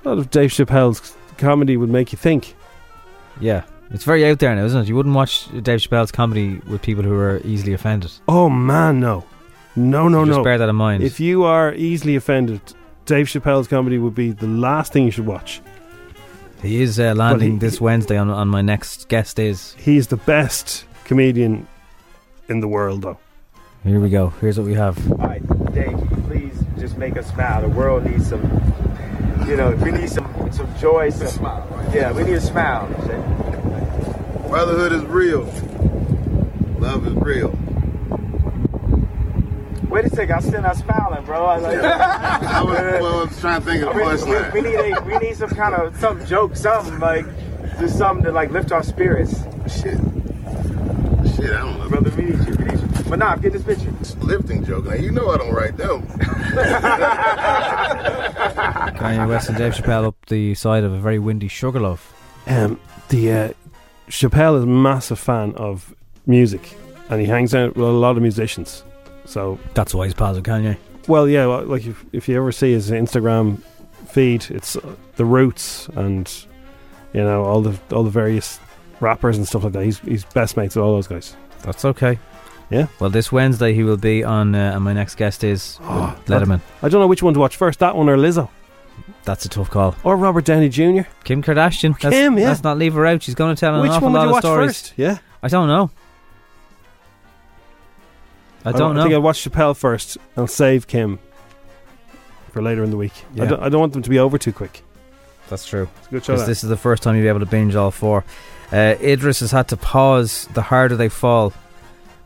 Speaker 4: a lot of Dave Chappelle's comedy would make you think.
Speaker 5: Yeah. It's very out there now, isn't it? You wouldn't watch Dave Chappelle's comedy with people who are easily offended.
Speaker 4: Oh man, no, no, no,
Speaker 5: So just
Speaker 4: Oh, no.
Speaker 5: bear that in mind.
Speaker 4: If you are easily offended, Dave Chappelle's comedy would be the last thing you should watch.
Speaker 5: he is uh, landing
Speaker 4: he-
Speaker 5: this Wednesday on, on my next guest is.
Speaker 4: He is the best comedian in the world, though.
Speaker 5: Here we go. Here's what we have.
Speaker 8: All right, today, can you please just make us smile? The world needs some, you know, we need some some joy, some smile. Yeah, we need a smile.
Speaker 9: Brotherhood is real. Love is real.
Speaker 8: Wait a second, I'm still not smiling, bro. I was like,
Speaker 9: I was, well, I was trying to think of a
Speaker 8: we, we, we
Speaker 9: punchline.
Speaker 8: need a, we need some kind of some joke, something like just something to like lift our spirits,
Speaker 9: Shit. Shit, I don't know.
Speaker 8: brother. We need you. We need you. But nah, get this picture.
Speaker 9: Lifting joke. Now, you know I don't write them.
Speaker 5: Kanye West and Dave Chappelle up the side of a very windy Sugarloaf.
Speaker 4: Um, the uh, Chappelle is a massive fan of music, and he hangs out with a lot of musicians. So
Speaker 5: That's why he's pals with Kanye.
Speaker 4: Well, yeah, well, like if, if you ever see his Instagram feed, it's uh, the Roots and you know all the all the various rappers and stuff like that. He's he's best mates with all those guys.
Speaker 5: That's okay.
Speaker 4: Yeah.
Speaker 5: Well, this Wednesday he will be on, uh, and my next guest is Letterman.
Speaker 4: I don't know which one to watch first, that one or Lizzo
Speaker 5: That's a tough call.
Speaker 4: or Robert Downey Jr.
Speaker 5: Kim Kardashian. Let's-
Speaker 4: Kim, yeah.
Speaker 5: Let's not leave her out. She's going to tell an
Speaker 4: which
Speaker 5: awful
Speaker 4: one would
Speaker 5: lot
Speaker 4: you
Speaker 5: of
Speaker 4: watch
Speaker 5: stories.
Speaker 4: first? Yeah,
Speaker 5: I don't know. I don't
Speaker 4: I think
Speaker 5: know.
Speaker 4: I'd watch Chappelle first. I'll save Kim for later in the week.
Speaker 5: Yeah.
Speaker 4: I, don't, I don't want them to be over too quick.
Speaker 5: That's true.
Speaker 4: It's a good show.
Speaker 5: Because
Speaker 4: that.
Speaker 5: this is the first time you'll be able to binge all four. Uh, Idris has had to pause The Harder They Fall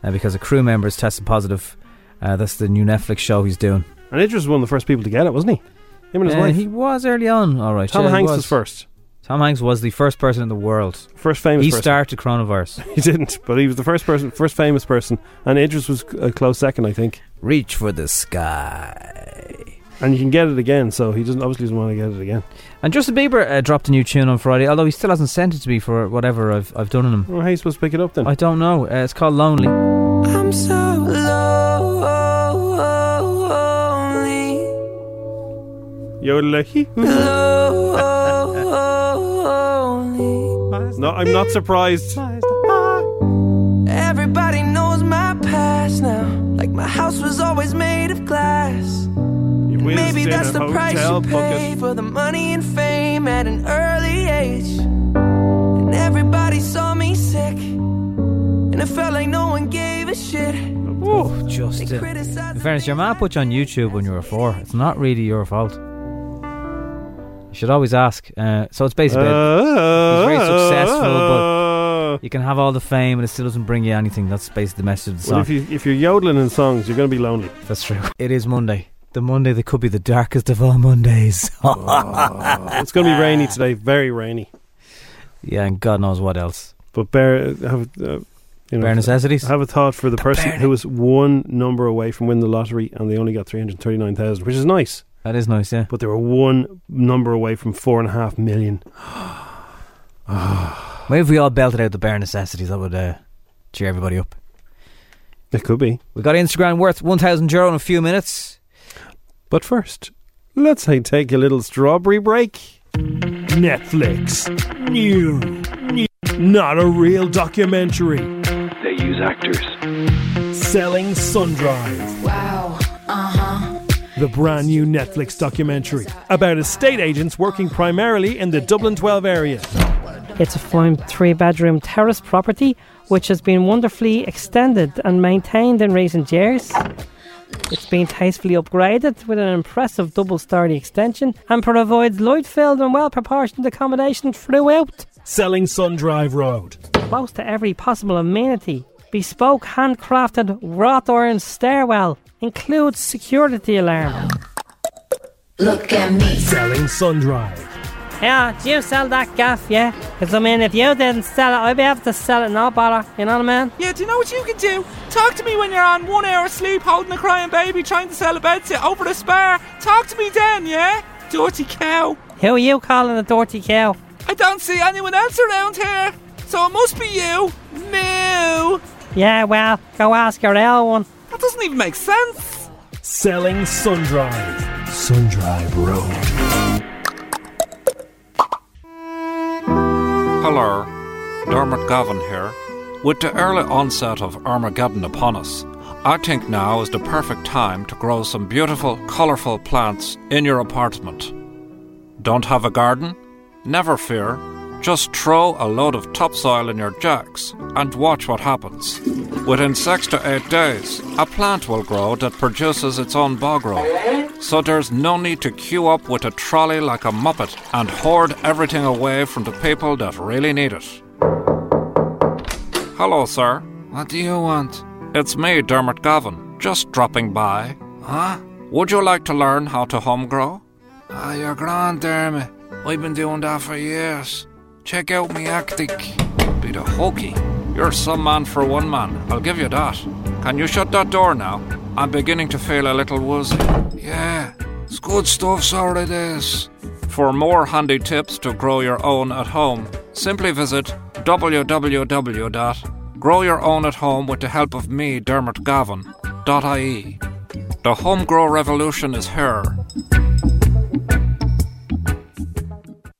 Speaker 5: uh, because a crew member has tested positive. Uh, that's the new Netflix show he's doing.
Speaker 4: and Idris was one of the first people to get it, wasn't he? Him and his
Speaker 5: Uh,
Speaker 4: wife.
Speaker 5: He was early on. All right.
Speaker 4: Tom
Speaker 5: yeah, he
Speaker 4: Hanks was. first,
Speaker 5: Tom Hanks was the first person in the world.
Speaker 4: first famous.
Speaker 5: He
Speaker 4: person.
Speaker 5: started coronavirus.
Speaker 4: He didn't, but he was the first person, first famous person, and Idris was a close second, I think.
Speaker 5: Reach for the sky.
Speaker 4: And you can get it again, so he doesn't obviously doesn't want to get it again.
Speaker 5: And Justin Bieber uh, dropped a new tune on Friday, although he still hasn't sent it to me for whatever I've, I've done in him.
Speaker 4: Well, how are you supposed to pick it up then?
Speaker 5: I don't know. Uh, it's called Lonely.
Speaker 10: I'm so low, lonely,
Speaker 4: Yodel, like, hee, hoo.
Speaker 10: lonely.
Speaker 4: No, I'm not surprised.
Speaker 10: Everybody knows my past now. Like my house was always made of glass. Maybe
Speaker 4: in
Speaker 10: that's
Speaker 4: a
Speaker 10: the price
Speaker 4: hotel
Speaker 10: you pay for the money and fame at an early age. And everybody saw me sick. And it felt like no one gave a shit.
Speaker 5: Oh, just In fairness, your mom put you on YouTube when you were four. It's not really your fault. You should always ask. Uh, so it's basically he's very successful,
Speaker 4: Uh,
Speaker 5: but you can have all the fame and it still doesn't bring you anything. That's basically the message of the song.
Speaker 4: Well, if, you, if you're yodeling in songs, you're going to be lonely.
Speaker 5: That's true. It is Monday. The Monday that could be the darkest of all Mondays.
Speaker 4: it's going to be rainy today, very rainy.
Speaker 5: Yeah, and God knows what else.
Speaker 4: But bear, have, uh, you know,
Speaker 5: Bare necessities.
Speaker 4: Have a thought for the, person who was one number away from winning the lottery, and they only got three hundred thirty-nine thousand, which is nice.
Speaker 5: That is nice, yeah.
Speaker 4: But they were one number away from four and a half million.
Speaker 5: Maybe if we all belted out the bare necessities, that would uh, cheer everybody up.
Speaker 4: It could be.
Speaker 5: We've got Instagram worth 1,000 euro in a few minutes.
Speaker 4: But first, let's say take a little strawberry break. Netflix. New. Not a real documentary.
Speaker 11: They use actors.
Speaker 4: Selling Sundrive. Wow. Uh huh. The brand new Netflix documentary about estate agents working primarily in the Dublin 12 area.
Speaker 12: It's a fine three bedroom terrace property which has been wonderfully extended and maintained in recent years. It's been tastefully upgraded with an impressive double story extension and provides light filled and well proportioned accommodation throughout.
Speaker 4: Selling Sundrive Road.
Speaker 12: Close to every possible amenity. Bespoke handcrafted wrought iron stairwell includes security alarm.
Speaker 3: Look at me.
Speaker 4: Selling Sundrive.
Speaker 12: Yeah, do you sell that gaff, yeah? Because, I mean, if you didn't sell it, I'd be able to sell it no bother. You know what I mean?
Speaker 13: Yeah, do you know what you can do? Talk to me when you're on one hour sleep holding a crying baby trying to sell a bed sit over the spare. Talk to me then, yeah? Dirty cow.
Speaker 12: Who are you calling a dirty cow?
Speaker 13: I don't see anyone else around here, so it must be you. Moo.
Speaker 12: Yeah, well, go ask your L one.
Speaker 13: That doesn't even make sense.
Speaker 4: Selling Sundrive. Sundrive Road.
Speaker 14: Hello, Dermot Gavin here. With the early onset of Armageddon upon us, I think now is the perfect time to grow some beautiful, colourful plants in your apartment. Don't have a garden? Never fear. Just throw a load of topsoil in your jacks and watch what happens. Within six to eight days, a plant will grow that produces its own bogrove. So there's no need to queue up with a trolley like a muppet and hoard everything away from the people that really need it. Hello, sir. What do you want? It's me, Dermot Gavin, just dropping by. Huh? Would you like to learn how to home grow? Ah, you're grand, Dermot. I've been doing that for years. Check out me Arctic. Be the hokey. You're some man for one man, I'll give you that. Can you shut that door now? I'm beginning to feel a little woozy. Yeah, it's good stuff, sir, it is. For more handy tips to grow your own at home, simply visit www.growyourownathomeWith with the help of me, Dermot Gavin.ie. The home grow revolution is here.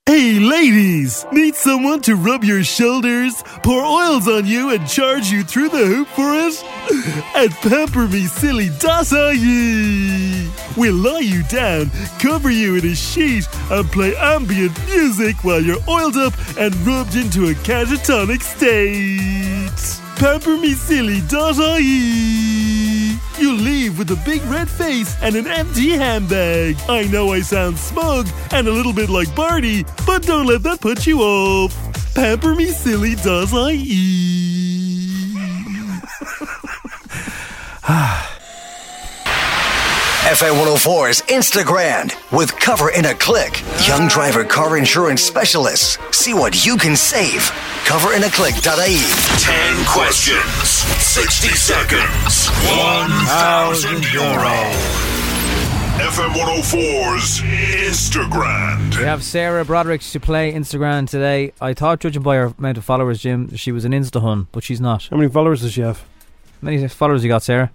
Speaker 15: Hey, ladies! Need someone to rub your shoulders, pour oils on you, and charge you through the hoop for it? At pampermesilly.ie! We'll lie you down, cover you in a sheet, and play ambient music while you're oiled up and rubbed into a catatonic state. Pampermesilly.ie! You leave with a big red face and an empty handbag. I know I sound smug and a little bit like Barney, but don't let that put you off. Pampermesilly.ie.
Speaker 2: FM 104's Instagram with Cover in a Click. Young driver car insurance specialists. See what you can save. Coverinaclick.ie.
Speaker 16: 10 questions, 60 seconds, 1,000 euro. FM 104's Instagram.
Speaker 5: We have Sarah Broderick to play Instagram today. I thought, judging by her amount of followers, Jim, she was an Insta hun, but she's not. How
Speaker 4: many followers does she have?
Speaker 5: many followers you got, Sarah?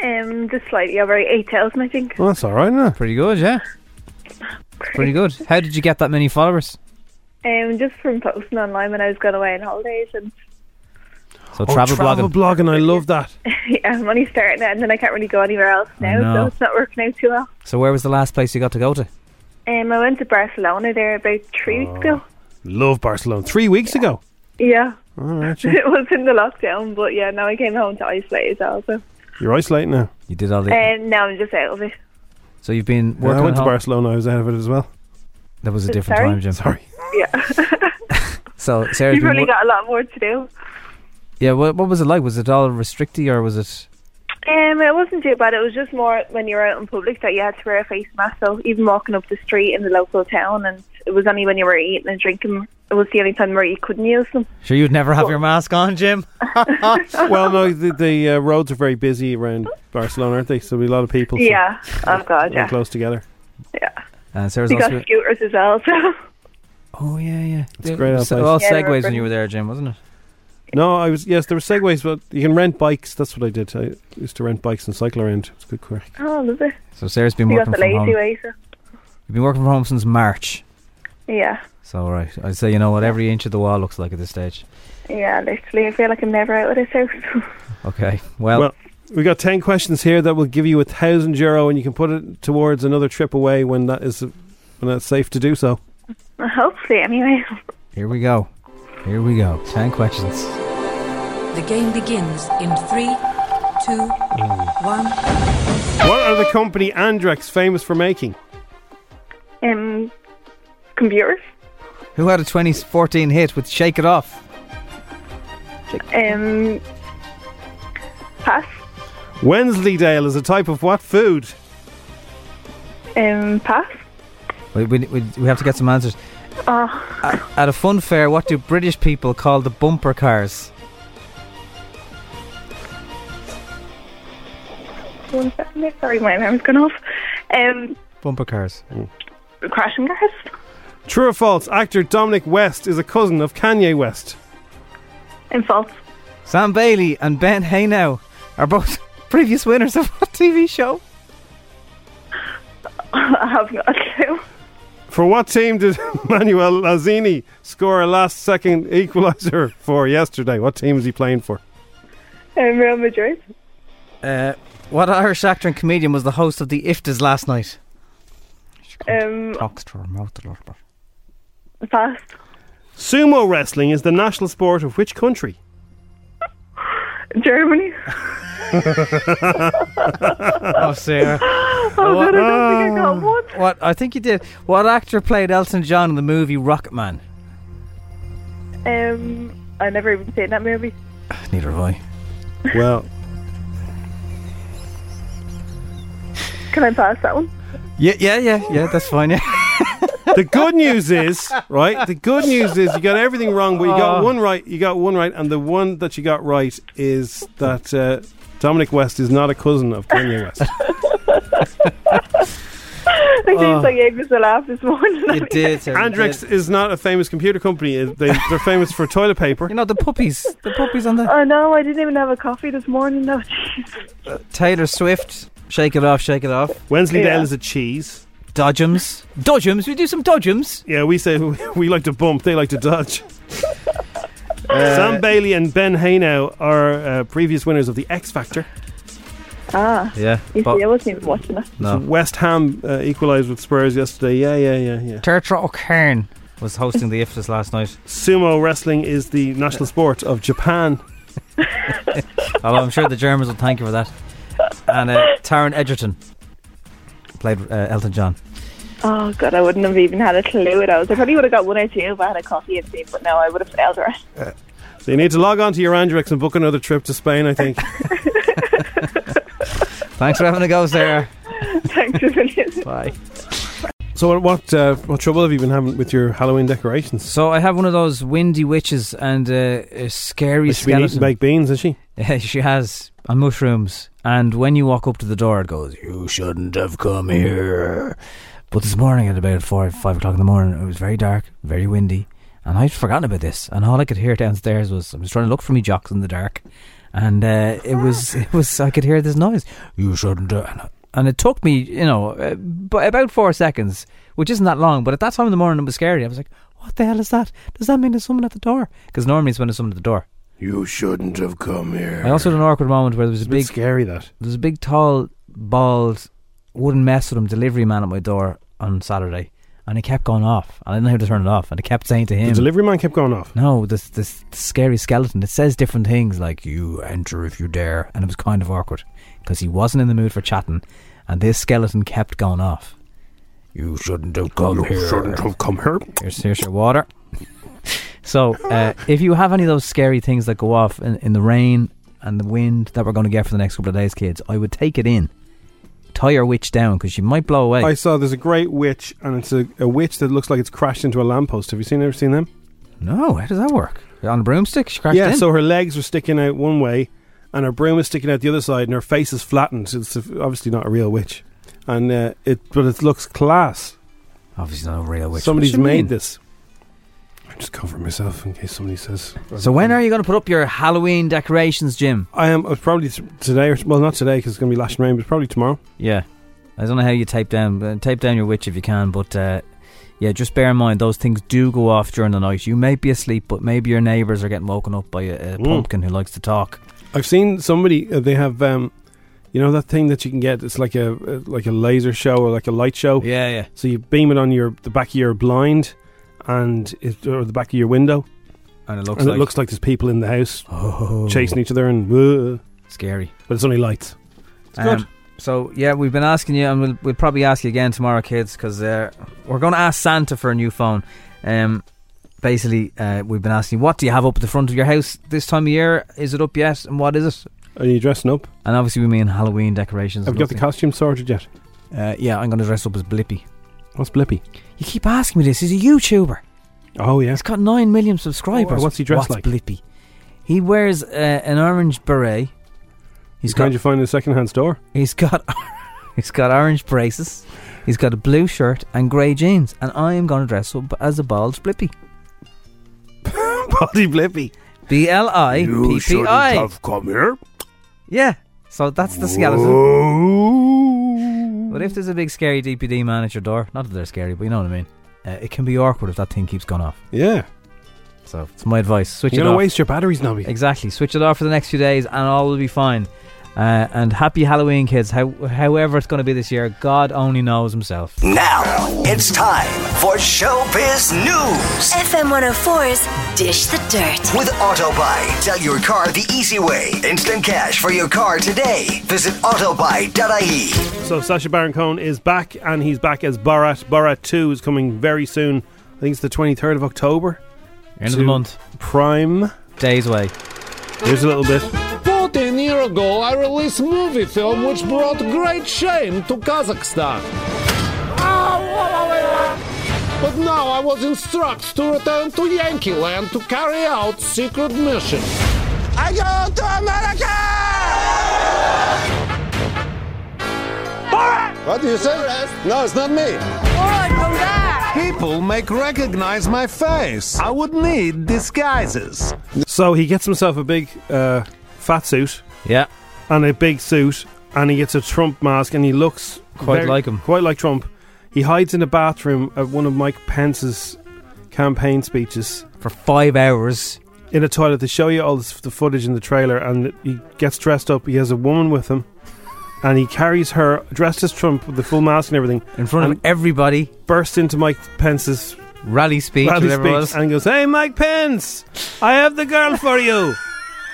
Speaker 17: Um, just slightly over 8,000, I think.
Speaker 4: Well, that's all right, isn't it?
Speaker 5: Pretty good, yeah. Pretty good. How did you get that many followers?
Speaker 17: Um, just from posting online when I was going away on holidays, and
Speaker 5: So travel,
Speaker 4: Oh, travel blogging. I love that.
Speaker 17: yeah, I'm only starting it, and then I can't really go anywhere else
Speaker 5: I
Speaker 17: now,
Speaker 5: know.
Speaker 17: so it's not working out too well.
Speaker 5: So where was the last place you got to go to?
Speaker 17: Um, I went to Barcelona there about three weeks ago.
Speaker 4: Love Barcelona. Three weeks ago.
Speaker 17: Yeah,
Speaker 4: All right, yeah.
Speaker 17: it was in the lockdown, but yeah, now I came home to isolate as well. So,
Speaker 4: you're isolating now.
Speaker 5: You did all
Speaker 17: um, now I'm just out of it.
Speaker 5: So you've been
Speaker 4: Yeah,
Speaker 5: working.
Speaker 4: I went
Speaker 5: at
Speaker 4: to
Speaker 5: home?
Speaker 4: Barcelona. I was out of it as well.
Speaker 5: That was a different
Speaker 17: Sorry?
Speaker 5: time, Jim. Sorry.
Speaker 17: Yeah,
Speaker 5: So Sarah,
Speaker 17: you've
Speaker 5: been
Speaker 17: probably
Speaker 5: wor-
Speaker 17: got a lot more to do.
Speaker 5: yeah. What, what was it like? Was it all restricty or was it?
Speaker 17: Um, it wasn't too bad. It was just more when you were out in public that you had to wear a face mask. So even walking up the street in the local town, and it was only when you were eating and drinking. It was the only time where you couldn't use them.
Speaker 5: Sure, you'd never have your mask on, Jim.
Speaker 4: well, no, the, the uh, roads are very busy around Barcelona, aren't they? So there'll be a lot of people. so
Speaker 17: Yeah. Oh God.
Speaker 4: they're
Speaker 17: Yeah.
Speaker 4: close together.
Speaker 5: Uh, Sarah's
Speaker 17: We got
Speaker 5: also.
Speaker 17: scooters as well. So
Speaker 5: Oh yeah, yeah.
Speaker 4: It's a great out
Speaker 5: So-
Speaker 4: place.
Speaker 5: All
Speaker 17: Yeah, they were
Speaker 5: segways when you
Speaker 17: brilliant.
Speaker 5: were there, Jim, wasn't it?
Speaker 4: No, I was yes. There were segways, but you can rent bikes. That's what I did. I used to rent bikes and cycle around. It's good crack.
Speaker 17: oh, love it.
Speaker 5: So Sarah's been
Speaker 17: we got
Speaker 5: working
Speaker 17: the
Speaker 5: from
Speaker 17: lazy
Speaker 5: home.
Speaker 17: way. So
Speaker 5: You've been working from home since March.
Speaker 17: yeah,
Speaker 5: So right, I'd say you know what every inch of the wall looks like at this stage.
Speaker 17: yeah. Literally, I feel like I'm never out of this house.
Speaker 5: Okay.
Speaker 4: Oh.
Speaker 5: Well,
Speaker 4: we got ten questions here that will give you a thousand euro, and you can put it towards another trip away when that is when that's safe to do so.
Speaker 17: Hopefully, anyway.
Speaker 5: here we go. Here we go. Ten questions.
Speaker 11: The game begins in three, two, one.
Speaker 4: What are the company Andrex famous for making?
Speaker 17: Um, computers.
Speaker 5: Who had a 2014 hit with "Shake It Off"?
Speaker 17: Um, pass.
Speaker 4: Wensleydale is a type of what food?
Speaker 17: Um, pass.
Speaker 5: We, we, we, we have to get some answers.
Speaker 17: Oh,
Speaker 5: At, at a fun fair, what do British people call the bumper cars?
Speaker 17: one second. there. Sorry, my alarm's gone off. Um,
Speaker 5: Bumper cars.
Speaker 17: crashing cars.
Speaker 4: True or false? Actor Dominic West is a cousin of Kanye West.
Speaker 17: And false.
Speaker 5: Sam Bailey and Ben Haynow are both previous winners of what TV show?
Speaker 17: I haven't got a clue.
Speaker 4: For what team did Manuel Lazzini score a last second equaliser for yesterday? What team is he playing for?
Speaker 17: Um, Real Madrid.
Speaker 5: Uh, what Irish actor and comedian was the host of the IFTAs last night?
Speaker 17: Um,
Speaker 5: Talks to her mouth a little bit.
Speaker 17: pass.
Speaker 4: Sumo wrestling is the national sport of which country?
Speaker 17: Germany.
Speaker 5: Oh, Sarah.
Speaker 17: Oh, God, I don't think I got one.
Speaker 5: What? I think you did. What actor played Elton John in the movie Rocketman?
Speaker 17: Um, I never even seen that movie.
Speaker 5: Neither have I.
Speaker 4: Uh, Well,
Speaker 17: Can I pass that one?
Speaker 5: yeah, yeah, yeah, yeah. That's fine. Yeah.
Speaker 4: the good news is, right? The good news is you got everything wrong, but you got
Speaker 5: Oh.
Speaker 4: one right. You got one right, and the one that you got right is that uh, Dominic West is not a cousin of Kanye West.
Speaker 17: I think
Speaker 4: Oh.
Speaker 17: I gave us a laugh this morning.
Speaker 4: Andrex is not a famous computer company. It- They, they're famous for toilet paper.
Speaker 5: You know the puppies. The puppies on the
Speaker 17: Oh no, I didn't even have a coffee this morning. No,
Speaker 5: Taylor Swift. Shake it off. Shake it off.
Speaker 4: Wensleydale Yeah. is a cheese.
Speaker 5: Dodgems. Dodgems. We do some dodgems.
Speaker 4: Yeah, we say we like to bump, they like to dodge. Sam Bailey and Ben Haynow are uh, previous winners of the X Factor.
Speaker 17: ah,
Speaker 5: Yeah.
Speaker 17: you see, I wasn't even watching it.
Speaker 5: No.
Speaker 4: West Ham uh, equalised with Spurs yesterday. Yeah, yeah, yeah, yeah.
Speaker 5: Tertra O'Kern was hosting the IFTAs last night.
Speaker 4: Sumo wrestling is the national sport of Japan.
Speaker 5: Although I'm sure the Germans will thank you for that. And uh, Taron Egerton played uh, Elton John.
Speaker 17: Oh god, I wouldn't have even had a clue what I was. I probably would have got one or two if I had a coffee and tea, but no, I would have failed the rest.
Speaker 4: So you need to log on to your Andrex and book another trip to Spain, I think.
Speaker 5: Thanks for having a go, Sarah.
Speaker 17: Thanks for listening.
Speaker 5: Bye.
Speaker 4: So what what, uh, what trouble have you been having with your Halloween decorations?
Speaker 5: So I have one of those windy witches and uh, a scary
Speaker 4: She's been eating
Speaker 5: skeleton.
Speaker 4: baked beans, has she?
Speaker 5: Yeah, she has. And mushrooms. And when you walk up to the door, it goes, You shouldn't have come here. But this morning at about four, five o'clock in the morning, it was very dark, very windy, and I'd forgotten about this. And all I could hear downstairs was I was trying to look for me jocks in the dark, and uh, it was it was I could hear this noise. You shouldn't. Do, and, and it took me, you know, uh, bu- about four seconds, which isn't that long. But at that time in the morning, it was scary. I was like, What the hell is that? Does that mean there's someone at the door? Because normally it's when there's someone at the door.
Speaker 9: You shouldn't have come here.
Speaker 5: I also had an awkward moment where there was a big
Speaker 4: scary that
Speaker 5: there was a big tall bald wouldn't mess with him delivery man at my door on Saturday, and he kept going off, and I didn't know how to turn it off, and I kept saying to him,
Speaker 4: The delivery man kept going off.
Speaker 5: "No, this this scary skeleton. It says different things like you enter if you dare," and it was kind of awkward because he wasn't in the mood for chatting, and this skeleton kept going off. You shouldn't have
Speaker 16: come here.
Speaker 5: come here. Here's, here's your water. so, uh, if you have any of those scary things that go off in, in the rain and the wind that we're going to get for the next couple of days, kids, I would take it in. Tie your witch down because she might blow away.
Speaker 4: I saw there's a great witch, and it's a, a witch that looks like it's crashed into a lamppost. Have you seen ever seen them?
Speaker 5: No, how does that work? On a broomstick? She crashed
Speaker 4: yeah,
Speaker 5: in?
Speaker 4: so her legs were sticking out one way, and her broom is sticking out the other side, and her face is flattened. It's a- obviously not a real witch, and uh, it but it looks class.
Speaker 5: Obviously not a real witch.
Speaker 4: Somebody's
Speaker 5: What do you
Speaker 4: made
Speaker 5: mean?
Speaker 4: this. I'm just covering myself in case somebody says.
Speaker 5: So when are you going to put up your Halloween decorations, Jim?
Speaker 4: I am uh, probably t- today, or well, not today because it's going to be lashing rain, but probably tomorrow.
Speaker 5: Yeah, I don't know how you tape down uh, tape down your witch if you can, but uh, yeah, just bear in mind those things do go off during the night. You may be asleep, but maybe your neighbours are getting woken up by a, a
Speaker 4: Mm.
Speaker 5: pumpkin who likes to talk.
Speaker 4: I've seen somebody. Uh, they have, um, you know, that thing that you can get. It's like a uh, like a laser show or like a light show.
Speaker 5: Yeah, yeah.
Speaker 4: So you beam it on your the back of your blind, and it, or the back of your window,
Speaker 5: And it looks
Speaker 4: and
Speaker 5: like-
Speaker 4: it looks like there's people in the house
Speaker 5: Oh.
Speaker 4: chasing each other and uh,
Speaker 5: Scary.
Speaker 4: But it's only lights. It's
Speaker 5: Um,
Speaker 4: good.
Speaker 5: So yeah, we've been asking you, and we'll, we'll probably ask you again tomorrow, kids, because uh, we're going to ask Santa for a new phone. Um, basically, uh, we've been asking, you, what do you have up at the front of your house this time of year? Is it up yet? And what is it?
Speaker 4: Are you dressing up?
Speaker 5: And obviously, we mean Halloween decorations.
Speaker 4: Have
Speaker 5: and
Speaker 4: you got the
Speaker 5: lovely-
Speaker 4: costume sorted yet?
Speaker 5: Uh, yeah, I'm going to dress up as Blippy.
Speaker 4: What's Blippy?
Speaker 5: You keep asking me this. He's a YouTuber.
Speaker 4: Oh yeah, he's
Speaker 5: got nine million subscribers.
Speaker 4: Oh, what's he dressed like?
Speaker 5: Blippy. He wears uh, an orange beret. He's
Speaker 4: Where'd
Speaker 5: got
Speaker 4: you find in a secondhand store?
Speaker 5: he's got he's got orange braces. He's got a blue shirt and grey jeans, and I am going to dress up as a bald Blippy.
Speaker 4: Body Blippy.
Speaker 5: B L I P P I.
Speaker 16: come here.
Speaker 5: Yeah. So that's the skeleton. But if there's a big scary DPD man at your door, not that they're scary, but you know what I mean. Uh, it can be awkward if that thing keeps going off.
Speaker 4: Yeah.
Speaker 5: So it's my advice. Switch
Speaker 4: You're
Speaker 5: it
Speaker 4: gonna
Speaker 5: off.
Speaker 4: waste your batteries, Nobby.
Speaker 5: Exactly. Switch it off for the next few days, and all will be fine. Uh, and happy Halloween, kids. How, however, it's going to be this year, God only knows himself.
Speaker 2: Now it's time for Showbiz News. FM 104's Dish the Dirt. With Autobuy, sell your car the easy way. Instant cash for your car today. Visit autobuy.ie.
Speaker 4: So Sasha Baron Cohen is back, and he's back as Borat. Borat Two is coming very soon. I think it's the twenty third of October.
Speaker 5: End of the
Speaker 4: To
Speaker 5: month.
Speaker 4: Prime
Speaker 5: days away.
Speaker 4: Here's a little bit.
Speaker 18: 14 years ago, I released movie film which brought great shame to Kazakhstan. But now I was instructed to return to Yankee Land to carry out secret mission. I go to America! What do you say? No, it's not me. People make recognize my face. I would need disguises.
Speaker 4: So he gets himself a big uh, fat suit.
Speaker 5: Yeah.
Speaker 4: And a big suit, and he gets a Trump mask, and he looks
Speaker 5: Quite like him.
Speaker 4: Quite like Trump. He hides in a bathroom at one of Mike Pence's campaign speeches
Speaker 5: for five hours
Speaker 4: in a toilet. They show you all this, the footage in the trailer, and he gets dressed up. He has a woman with him, and he carries her dressed as Trump with the full mask and everything
Speaker 5: in front of everybody.
Speaker 4: Bursts into Mike Pence's
Speaker 5: rally speech,
Speaker 4: rally
Speaker 5: whatever it was.
Speaker 4: and goes, "Hey, Mike Pence, I have the girl for you."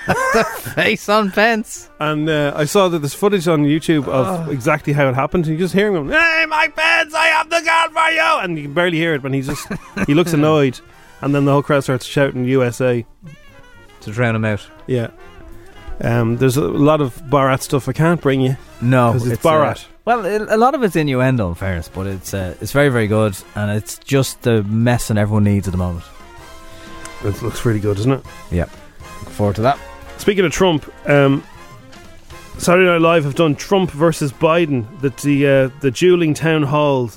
Speaker 5: Face on Pence.
Speaker 4: And uh, I saw that there's footage on YouTube of exactly how it happened. And you just hear him, going, "Hey, Mike Pence, I have the girl for you," and you can barely hear it. But he's just he looks annoyed, and then the whole crowd starts shouting "USA"
Speaker 5: to drown him out.
Speaker 4: Yeah. Um, there's a lot of Barat stuff I can't bring you.
Speaker 5: No,
Speaker 4: because Oh, it's,
Speaker 5: uh,
Speaker 4: Barat.
Speaker 5: well, a a lot of it's innuendo, in fairness, but it's uh, it's very very good, and it's just the messing everyone needs at the moment.
Speaker 4: It looks really good, doesn't it?
Speaker 5: Yeah. Looking forward to that.
Speaker 4: Speaking of Trump, um, Saturday Night Live have done Trump versus Biden, the the, uh, the dueling town hall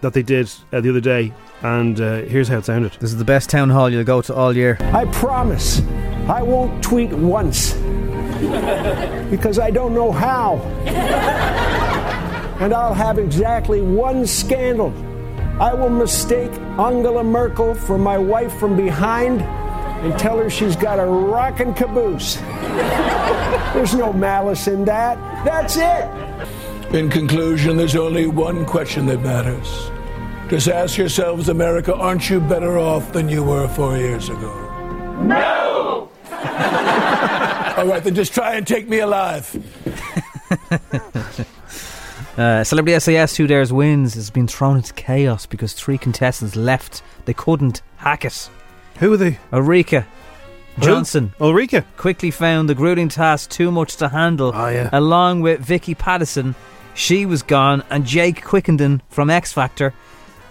Speaker 4: that they did uh, the other day, and uh, here's how it sounded.
Speaker 5: This is the best town hall you'll go to all year.
Speaker 19: I promise I won't tweet once because I don't know how. And I'll have exactly one scandal I will mistake Angela Merkel for my wife from behind and tell her she's got a rockin' caboose. There's no malice in that. That's it.
Speaker 9: In conclusion, there's only one question that matters. Just ask yourselves, America, aren't you better off than you were four years ago? No! All right, then just try and take me alive.
Speaker 5: Uh, Celebrity SAS Who Dares Wins has been thrown into chaos because three contestants left. They couldn't hack it.
Speaker 4: Who are they?
Speaker 5: Ulrika
Speaker 4: Oh,
Speaker 5: Johnson.
Speaker 4: Ulrika.
Speaker 5: Quickly found the grueling task too much to handle. Along with Vicky Pattison, she was gone, and Jake Quickenden from X Factor.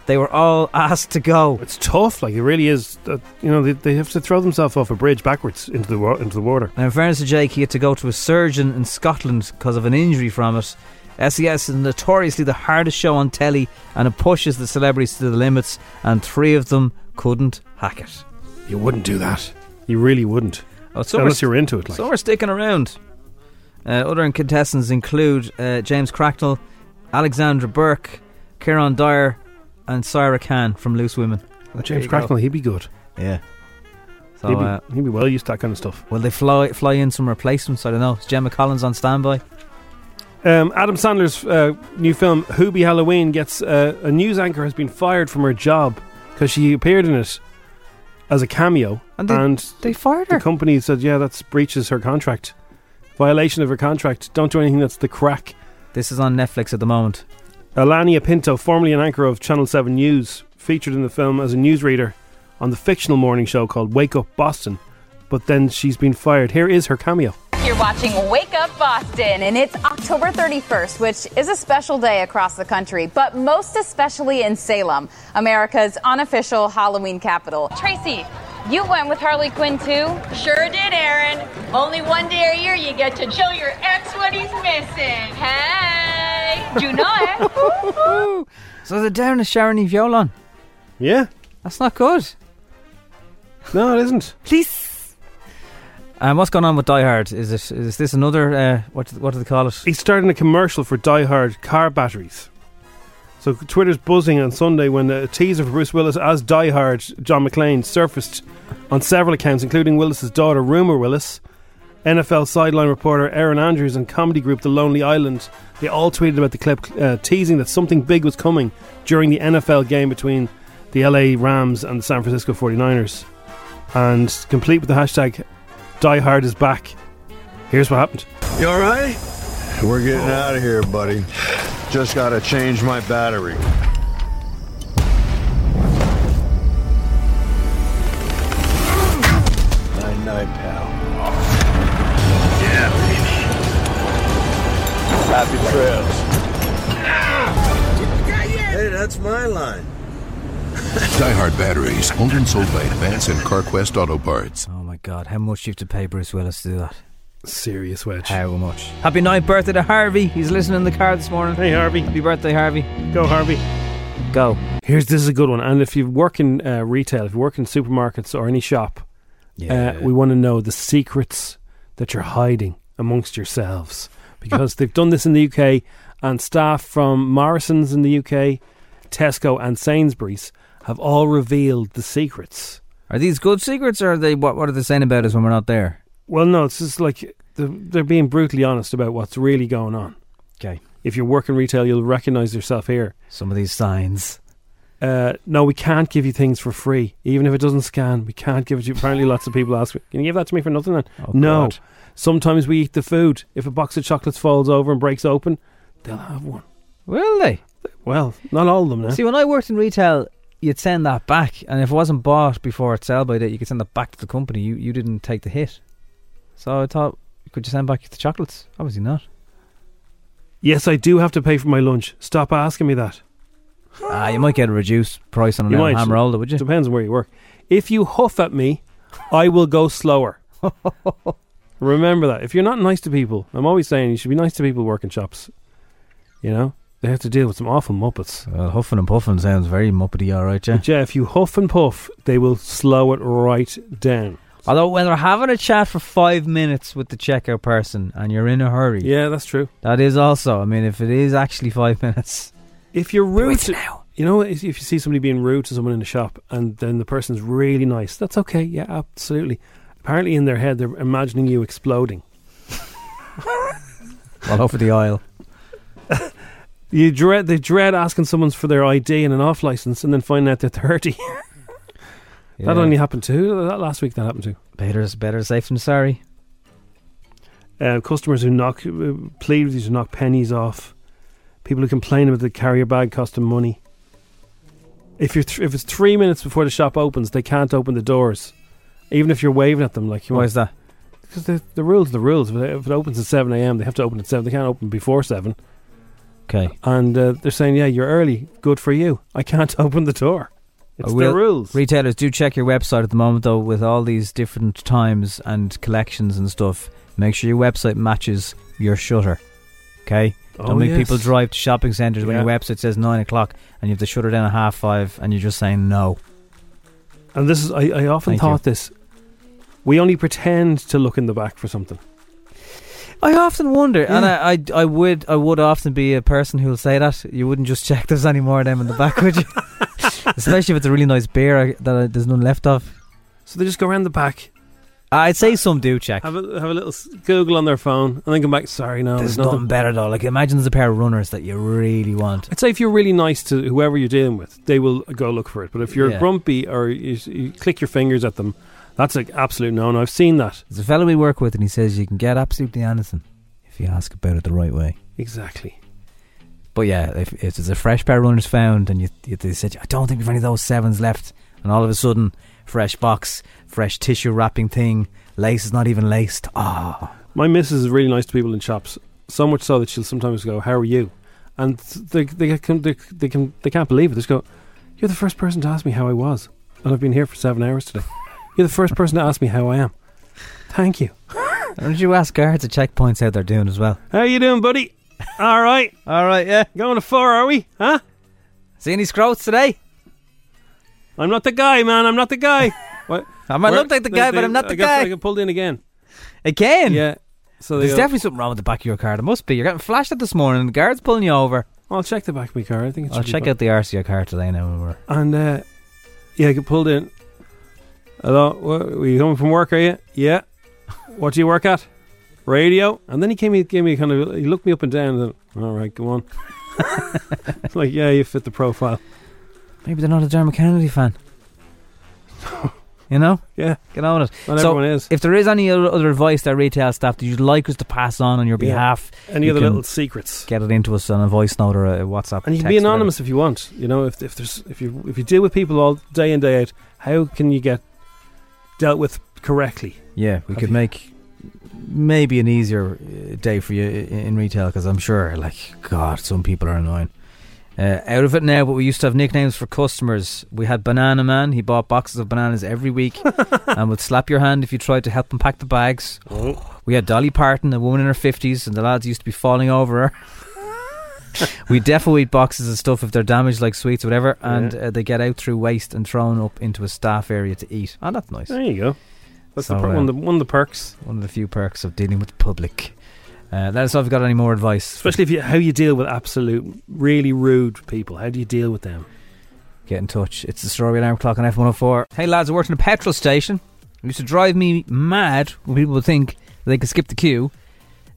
Speaker 5: They were all asked to go.
Speaker 4: It's tough, like it really is. Uh, you know, they, they have to throw themselves off a bridge backwards into the wa- into the water.
Speaker 5: Now, in fairness to Jake, he had to go to a surgeon in Scotland because of an injury from it. SES is notoriously the hardest show on telly and it pushes the celebrities to the limits, and three of them couldn't hack it.
Speaker 4: You wouldn't do that. You really wouldn't.
Speaker 5: Oh, some
Speaker 4: Unless
Speaker 5: are-
Speaker 4: you're into it, like.
Speaker 5: Some are sticking around. Uh, other contestants include uh, James Cracknell, Alexandra Burke, Kieran Dyer, and Sarah Khan from Loose Women. There
Speaker 4: James
Speaker 5: you go.
Speaker 4: Cracknell, he'd be good.
Speaker 5: Yeah. So,
Speaker 4: he'd, be,
Speaker 5: uh,
Speaker 4: he'd be well used to that kind of stuff.
Speaker 5: Will they fly fly in some replacements? I don't know. Is Gemma Collins on standby?
Speaker 4: Um, Adam Sandler's uh, new film Who Be Halloween gets uh, a news anchor has been fired from her job because she appeared in it as a cameo,
Speaker 5: And they- they fired
Speaker 4: her. The company said, "Yeah, that's breaches her contract, violation of her contract. Don't do anything that's the crack."
Speaker 5: This is on Netflix at the moment.
Speaker 4: Alania Pinto, formerly an anchor of Channel Seven News, featured in the film as a newsreader on the fictional morning show called Wake Up Boston, but then she's been fired. Here is her cameo.
Speaker 20: You're watching Wake Up Boston, and it's October 31st, which is a special day across the country, but most especially in Salem, America's unofficial Halloween capital.
Speaker 21: Tracy, you went with Harley Quinn too? Sure did, Aaron. Only one day a year you get to show your ex what he's missing. Hey, do you know it?
Speaker 5: so they're down to Sharon Eve Yolan.
Speaker 4: Yeah.
Speaker 5: That's not good.
Speaker 4: No, it isn't.
Speaker 5: Please. And what's going on with Die Hard? Is it is this another uh, what do- what do they call it?
Speaker 4: He's starting a commercial for Die Hard car batteries. So Twitter's buzzing on Sunday when a teaser for Bruce Willis as Die Hard John McClane surfaced on several accounts, including Willis's daughter Rumor Willis, NFL sideline reporter Aaron Andrews, and comedy group The Lonely Island. They all tweeted about the clip, uh, teasing that something big was coming during the NFL game between the LA Rams and the San Francisco 49ers. And complete with the hashtag Die Hard is back. Here's what happened.
Speaker 22: You all right? We're getting out of here, buddy. Just gotta change my battery. Night, night, pal. Yeah, baby. Happy trails. Hey, that's my line.
Speaker 16: Die Hard batteries owned and sold by Advance and CarQuest Auto Parts.
Speaker 5: Oh my God! How much you have to pay Bruce Willis to do that?
Speaker 4: Serious wedge.
Speaker 5: How much? Happy ninth birthday to Harvey. He's listening in the car this morning.
Speaker 4: Hey Harvey!
Speaker 5: Happy birthday, Harvey.
Speaker 4: Go Harvey.
Speaker 5: Go.
Speaker 4: Here's this is a good one. And if you work in uh, retail, if you work in supermarkets or any shop,
Speaker 5: Yeah.
Speaker 4: uh, we want to know the secrets that you're hiding amongst yourselves because they've done this in the UK, and staff from Morrison's in the UK, Tesco, and Sainsbury's have all revealed the secrets.
Speaker 5: Are these good secrets, or are they what? What are they saying about us when we're not there?
Speaker 4: Well, no, it's just like they're, they're being brutally honest about what's really going on.
Speaker 5: Okay.
Speaker 4: If you work in retail, you'll recognize yourself here.
Speaker 5: Some of these signs.
Speaker 4: Uh, no, we can't give you things for free, even if it doesn't scan. We can't give it to you. Apparently, lots of people ask, me, "Can you give that to me for nothing?" Then? no. Sometimes we eat the food. If a box of chocolates falls over and breaks open, they'll have one.
Speaker 5: Will they?
Speaker 4: Well, not all of them. Now.
Speaker 5: See, when I worked in retail, you'd send that back, and if it wasn't bought before its sell by date, you could send that back to the company. You you didn't take the hit, so I thought, could you send back the chocolates? Obviously not.
Speaker 4: yes, I do have to pay for my lunch. Stop asking me that.
Speaker 5: Ah, you might get a reduced price on
Speaker 4: You
Speaker 5: an
Speaker 4: might.
Speaker 5: ham roll, would you?
Speaker 4: Depends on where you work. If you huff at me, I will go slower. Remember that. If you're not nice to people, I'm always saying you should be nice to people working shops. You know, they have to deal with some awful muppets.
Speaker 5: Well, huffing and puffing sounds very muppety, all right, yeah.
Speaker 4: But yeah, if you huff and puff, they will slow it right down.
Speaker 5: Although when they're having a chat for five minutes with the checkout person and you're in a hurry,
Speaker 4: yeah, that's true.
Speaker 5: That is also. I mean, if it is actually five minutes,
Speaker 4: If you're rude, to, you know, if if you see somebody being rude to someone in the shop and then the person's really nice, that's okay. Yeah, absolutely. Apparently, in their head, they're imagining you exploding.
Speaker 5: All over the aisle.
Speaker 4: You dread they dread asking someone for their ID and an off license, and then finding out they're thirty. That
Speaker 5: Yeah.
Speaker 4: only happened to who? That last week that happened to.
Speaker 5: Better better safe than sorry.
Speaker 4: Uh, customers who knock uh, plead with you to knock pennies off. People who complain about the carrier bag costing money. If you're th- if it's three minutes before the shop opens, they can't open the doors, even if you're waving at them. Like you
Speaker 5: Why
Speaker 4: want-
Speaker 5: is that?
Speaker 4: Because the, the rules are the rules. If it, if it opens at 7 a.m., they have to open at 7. They can't open before 7.
Speaker 5: Okay.
Speaker 4: And uh, they're saying, yeah, you're early. Good for you. I can't open the door. It's
Speaker 5: I
Speaker 4: the
Speaker 5: will-
Speaker 4: rules.
Speaker 5: Retailers do check your website at the moment, though, with all these different times and collections and stuff. Make sure your website matches your shutter. Okay.
Speaker 4: Oh,
Speaker 5: Don't make
Speaker 4: yes.
Speaker 5: people drive to shopping centres when your
Speaker 4: Yeah.
Speaker 5: website says nine o'clock and you have to shut her down at half five, and you're just saying no.
Speaker 4: And this is, I, I often
Speaker 5: Thank you.
Speaker 4: thought this. We only pretend to look in the back for something.
Speaker 5: I often wonder, and I, I, I would, I would often be a person who will say that you wouldn't just check there's any more of them in the back, would you? Especially if it's a really nice beer I, that I, there's none left of.
Speaker 4: So they just go around the back.
Speaker 5: I'd say some do check.
Speaker 4: Have a, have a little s- Google on their phone and then come back, sorry, no.
Speaker 5: There's nothing better though. Like imagine there's a pair of runners that you really want.
Speaker 4: I'd say if you're really nice to whoever you're dealing with, they will go look for it. But if you're
Speaker 5: Yeah.
Speaker 4: grumpy or you, you click your fingers at them, that's an absolute no no. I've seen that.
Speaker 5: There's a fellow we work with, and he says you can get absolutely anything if you ask about it the right way.
Speaker 4: Exactly.
Speaker 5: But yeah, if, if there's a fresh pair of runners found, and you, you they said I don't think we've any of those sevens left, and all of a sudden, fresh box, fresh tissue wrapping thing, lace is not even laced. Ah,
Speaker 4: My missus is really nice to people in shops, so much so that she'll sometimes go, "How are you?" And th- they they can they, they can they can't believe it. They just go, "You're the first person to ask me how I was, and I've been here for seven hours today. You're the first person to ask me how I am. Thank you.
Speaker 5: don't you ask guards at checkpoints how they're doing as well?
Speaker 4: How you doing, buddy? All right,
Speaker 5: all right, yeah.
Speaker 4: Going to four, are we? Huh?
Speaker 5: See any scroats today?
Speaker 4: I'm not the guy, man. I'm not the guy. What?
Speaker 5: I might look like the guy, but I'm not the
Speaker 4: I got-
Speaker 5: guy.
Speaker 4: I got pulled in again.
Speaker 5: Again?
Speaker 4: Yeah. So they
Speaker 5: there's
Speaker 4: go-
Speaker 5: definitely something wrong with the back of your car. There must be. You're getting flashed at this morning. The guards pulling you over.
Speaker 4: I'll check the back of my car. I think it
Speaker 5: I'll
Speaker 4: should be
Speaker 5: check
Speaker 4: fine.
Speaker 5: out the RCR car today now. When we're
Speaker 4: And uh, yeah, I got pulled in. Hello, wh- were you coming from work? Are you? Yeah. What do you work at? Radio. And then he came, he gave me a kind of, he looked me up and down. And then, all right, go on. It's like, yeah, you fit the profile.
Speaker 5: Maybe they're not a Dermot Kennedy fan. you know?
Speaker 4: Yeah.
Speaker 5: Get on with it.
Speaker 4: Not
Speaker 5: so
Speaker 4: everyone is.
Speaker 5: If there is any other other advice that retail staff that you'd like us to pass on on your
Speaker 4: Yeah.
Speaker 5: behalf,
Speaker 4: Any
Speaker 5: you
Speaker 4: other
Speaker 5: can
Speaker 4: little secrets?
Speaker 5: Get it into us on a voice note or a WhatsApp.
Speaker 4: And you can be
Speaker 5: text or whatever.
Speaker 4: anonymous if you want. You know, if if there's if you if you deal with people all day in day out, how can you get dealt with correctly?
Speaker 5: Yeah, we
Speaker 4: Have
Speaker 5: could
Speaker 4: you-
Speaker 5: make maybe an easier uh, day for you i- in retail because I'm sure, like, God, some people are annoying. Uh, out of it now, but we used to have nicknames for customers. We had Banana Man. He bought boxes of bananas every week and would slap your hand if you tried to help him pack the bags. We had Dolly Parton, a woman in her 50s, and the lads used to be falling over her. we definitely eat boxes and stuff if they're damaged, like sweets or whatever, and
Speaker 4: Yeah.
Speaker 5: uh, they get out through waste and thrown up into a staff area to eat. Oh, that's nice.
Speaker 4: There you go. That's the
Speaker 5: So,
Speaker 4: per-
Speaker 5: uh,
Speaker 4: one, of the, one of the perks.
Speaker 5: One of the few perks of dealing with the public. Uh, let us know if you've got any more advice.
Speaker 4: Especially if you, how you deal with absolute, really rude people. How do you deal with them?
Speaker 5: Get in touch. It's the story alarm clock on F104. Hey lads, I worked in a petrol station. It used to drive me mad when people would think they could skip the queue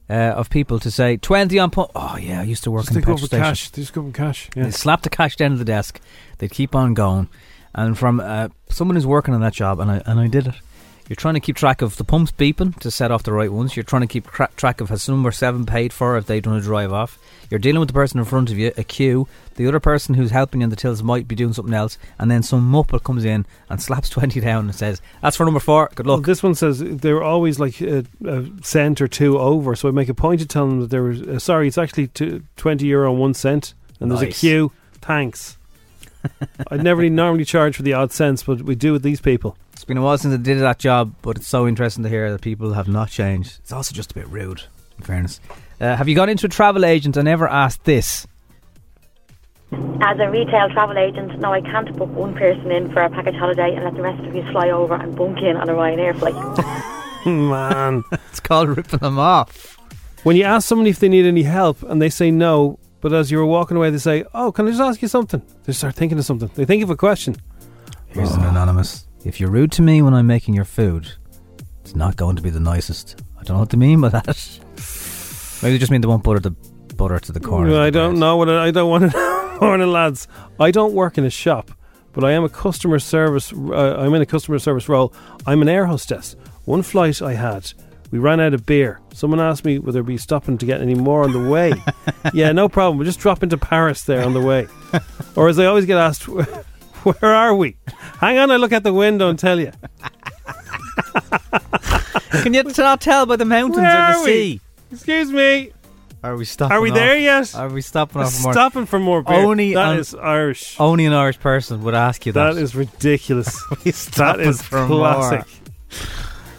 Speaker 5: uh, of people to say 20 on pump. Oh yeah, I used to work
Speaker 4: Just
Speaker 5: in a
Speaker 4: take
Speaker 5: petrol
Speaker 4: up with
Speaker 5: station.
Speaker 4: cash. Just go up with cash. Yeah.
Speaker 5: They slap the cash down to the desk. They keep on going. And from uh, someone who's working on that job, and I and I did it. You're trying to keep track of the pumps beeping to set off the right ones. You're trying to keep cra- track of has number seven paid for if they've done a drive off. You're dealing with the person in front of you, a queue. The other person who's helping you on the tills might be doing something else, and then some muppet comes in and slaps twenty down and says, "That's for number four. Good luck."
Speaker 4: Well, this one says they were always like a, a cent or two over, so I make a point of telling them that there was. Uh, sorry, it's actually two, twenty euro and one cent, and there's
Speaker 5: Nice.
Speaker 4: a queue. Thanks. I'd never really normally charge for the odd cents, but we do with these people.
Speaker 5: It's been a while since I did that job, but it's so interesting to hear that people have not changed. It's also just a bit rude, in fairness. Uh, have you gone into a travel agent and ever asked this?
Speaker 23: As a retail travel agent, no, I can't book one person in for a package holiday and let the rest of you fly over and bunk in on a Ryanair flight.
Speaker 4: Man,
Speaker 5: it's called ripping them off.
Speaker 4: When you ask somebody if they need any help and they say no, But as you were walking away, they say, "Oh, can I just ask you something?" They start thinking of something. They think of a question.
Speaker 5: Here's an anonymous. If you're rude to me when I'm making your food, it's not going to be the nicest. I don't know what they mean by that. Maybe they just mean they won't butter the butter to the corner.
Speaker 4: I don't know what I I don't want to morning lads. I don't work in a shop, but I am a customer service uh, I'm in a customer service role. I'm an air hostess. One flight I had, we ran out of beer. Someone asked me whether we'd be stopping to get any more on the way. yeah, no problem. We'll just drop into Paris there on the way. or as I always get asked, where are we? Hang on, I look out the window and tell you.
Speaker 5: Can you not tell by the mountains
Speaker 4: Where
Speaker 5: or the
Speaker 4: are we?
Speaker 5: sea?
Speaker 4: Excuse me.
Speaker 5: Are we stopping?
Speaker 4: Are we
Speaker 5: off-
Speaker 4: there yet?
Speaker 5: Are we stopping off for more?
Speaker 4: Stopping for more beer.
Speaker 5: Only
Speaker 4: that
Speaker 5: an-
Speaker 4: is Irish.
Speaker 5: Only an Irish person would ask you that.
Speaker 4: That is ridiculous. that
Speaker 5: stopping
Speaker 4: is
Speaker 5: for
Speaker 4: classic.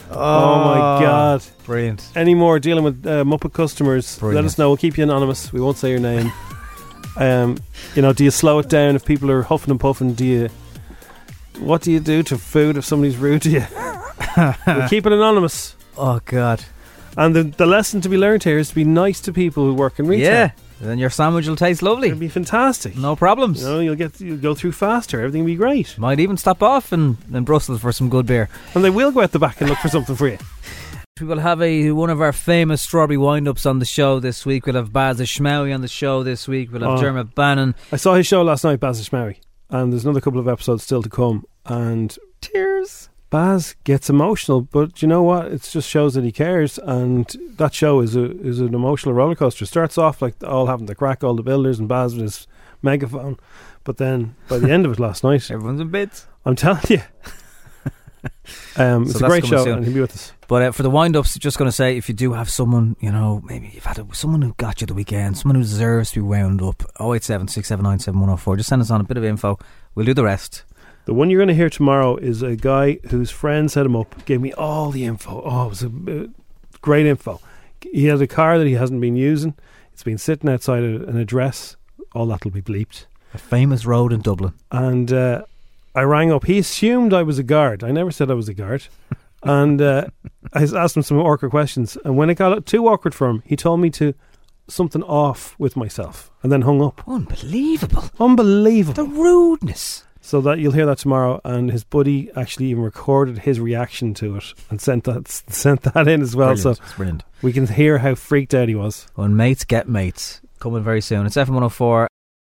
Speaker 4: Oh, my
Speaker 5: Oh,
Speaker 4: god!
Speaker 5: Brilliant.
Speaker 4: Any more dealing with uh, Muppet customers? Let
Speaker 5: Brilliant.
Speaker 4: us know. We'll keep you anonymous. We won't say your name. um, you know, do you slow it down if people are huffing and puffing? Do you? What do you do to food if somebody's rude to you? we keep it anonymous.
Speaker 5: Oh god!
Speaker 4: And the the lesson to be learned here is to be nice to people who work in retail.
Speaker 5: Yeah. Then your sandwich will taste lovely. It'll
Speaker 4: be fantastic.
Speaker 5: No problems.
Speaker 4: You know, you'll get you'll go through faster. Everything will be great.
Speaker 5: Might even stop off in, in Brussels for some good beer.
Speaker 4: And they will go out the back and look for something for you.
Speaker 5: We will have a one of our famous strawberry wind-ups on the show this week. We'll have Baz Ishmawi on the show this week. We'll have
Speaker 4: Oh.
Speaker 5: Dermot Bannon.
Speaker 4: I saw his show last night, Baz Ishmawi, and there's another couple of episodes still to come. And
Speaker 5: tears.
Speaker 4: Baz gets emotional, but you know what? It just shows that he cares, and that show is a is an emotional roller coaster. Starts off like all having to crack all the builders and Baz with his megaphone, but then by the end of it last night,
Speaker 5: everyone's in bits.
Speaker 4: I'm telling you, um,
Speaker 5: So
Speaker 4: it's a
Speaker 5: that's
Speaker 4: great
Speaker 5: coming
Speaker 4: show,
Speaker 5: soon.
Speaker 4: and he'll be with us.
Speaker 5: But uh, for the wind-ups, just going to say, if you do have someone, you know, maybe you've had a, someone who got you the weekend, someone who deserves to be wound up, 087 679 7104. Just send us on a bit of info. We'll do the rest.
Speaker 4: The one you're going to hear tomorrow is a guy whose friend set him up, gave me all the info. Oh, it was a, uh, great info. He has a car that he hasn't been using. It's been sitting outside a, an address. All that'll be bleeped.
Speaker 5: A famous road in Dublin.
Speaker 4: And uh, I rang up. He assumed I was a guard. I never said I was a guard. and uh, I asked him some awkward questions. And when it got too awkward for him, he told me to something off with myself and then hung up.
Speaker 5: Unbelievable.
Speaker 4: Unbelievable.
Speaker 5: The rudeness.
Speaker 4: So that you'll hear that tomorrow, and his buddy actually even recorded his reaction to it and sent that sent that in as well.
Speaker 5: Brilliant.
Speaker 4: So
Speaker 5: It's brilliant.
Speaker 4: we can hear how freaked out he was.
Speaker 5: When mates get mates. Coming very soon. It's FM104.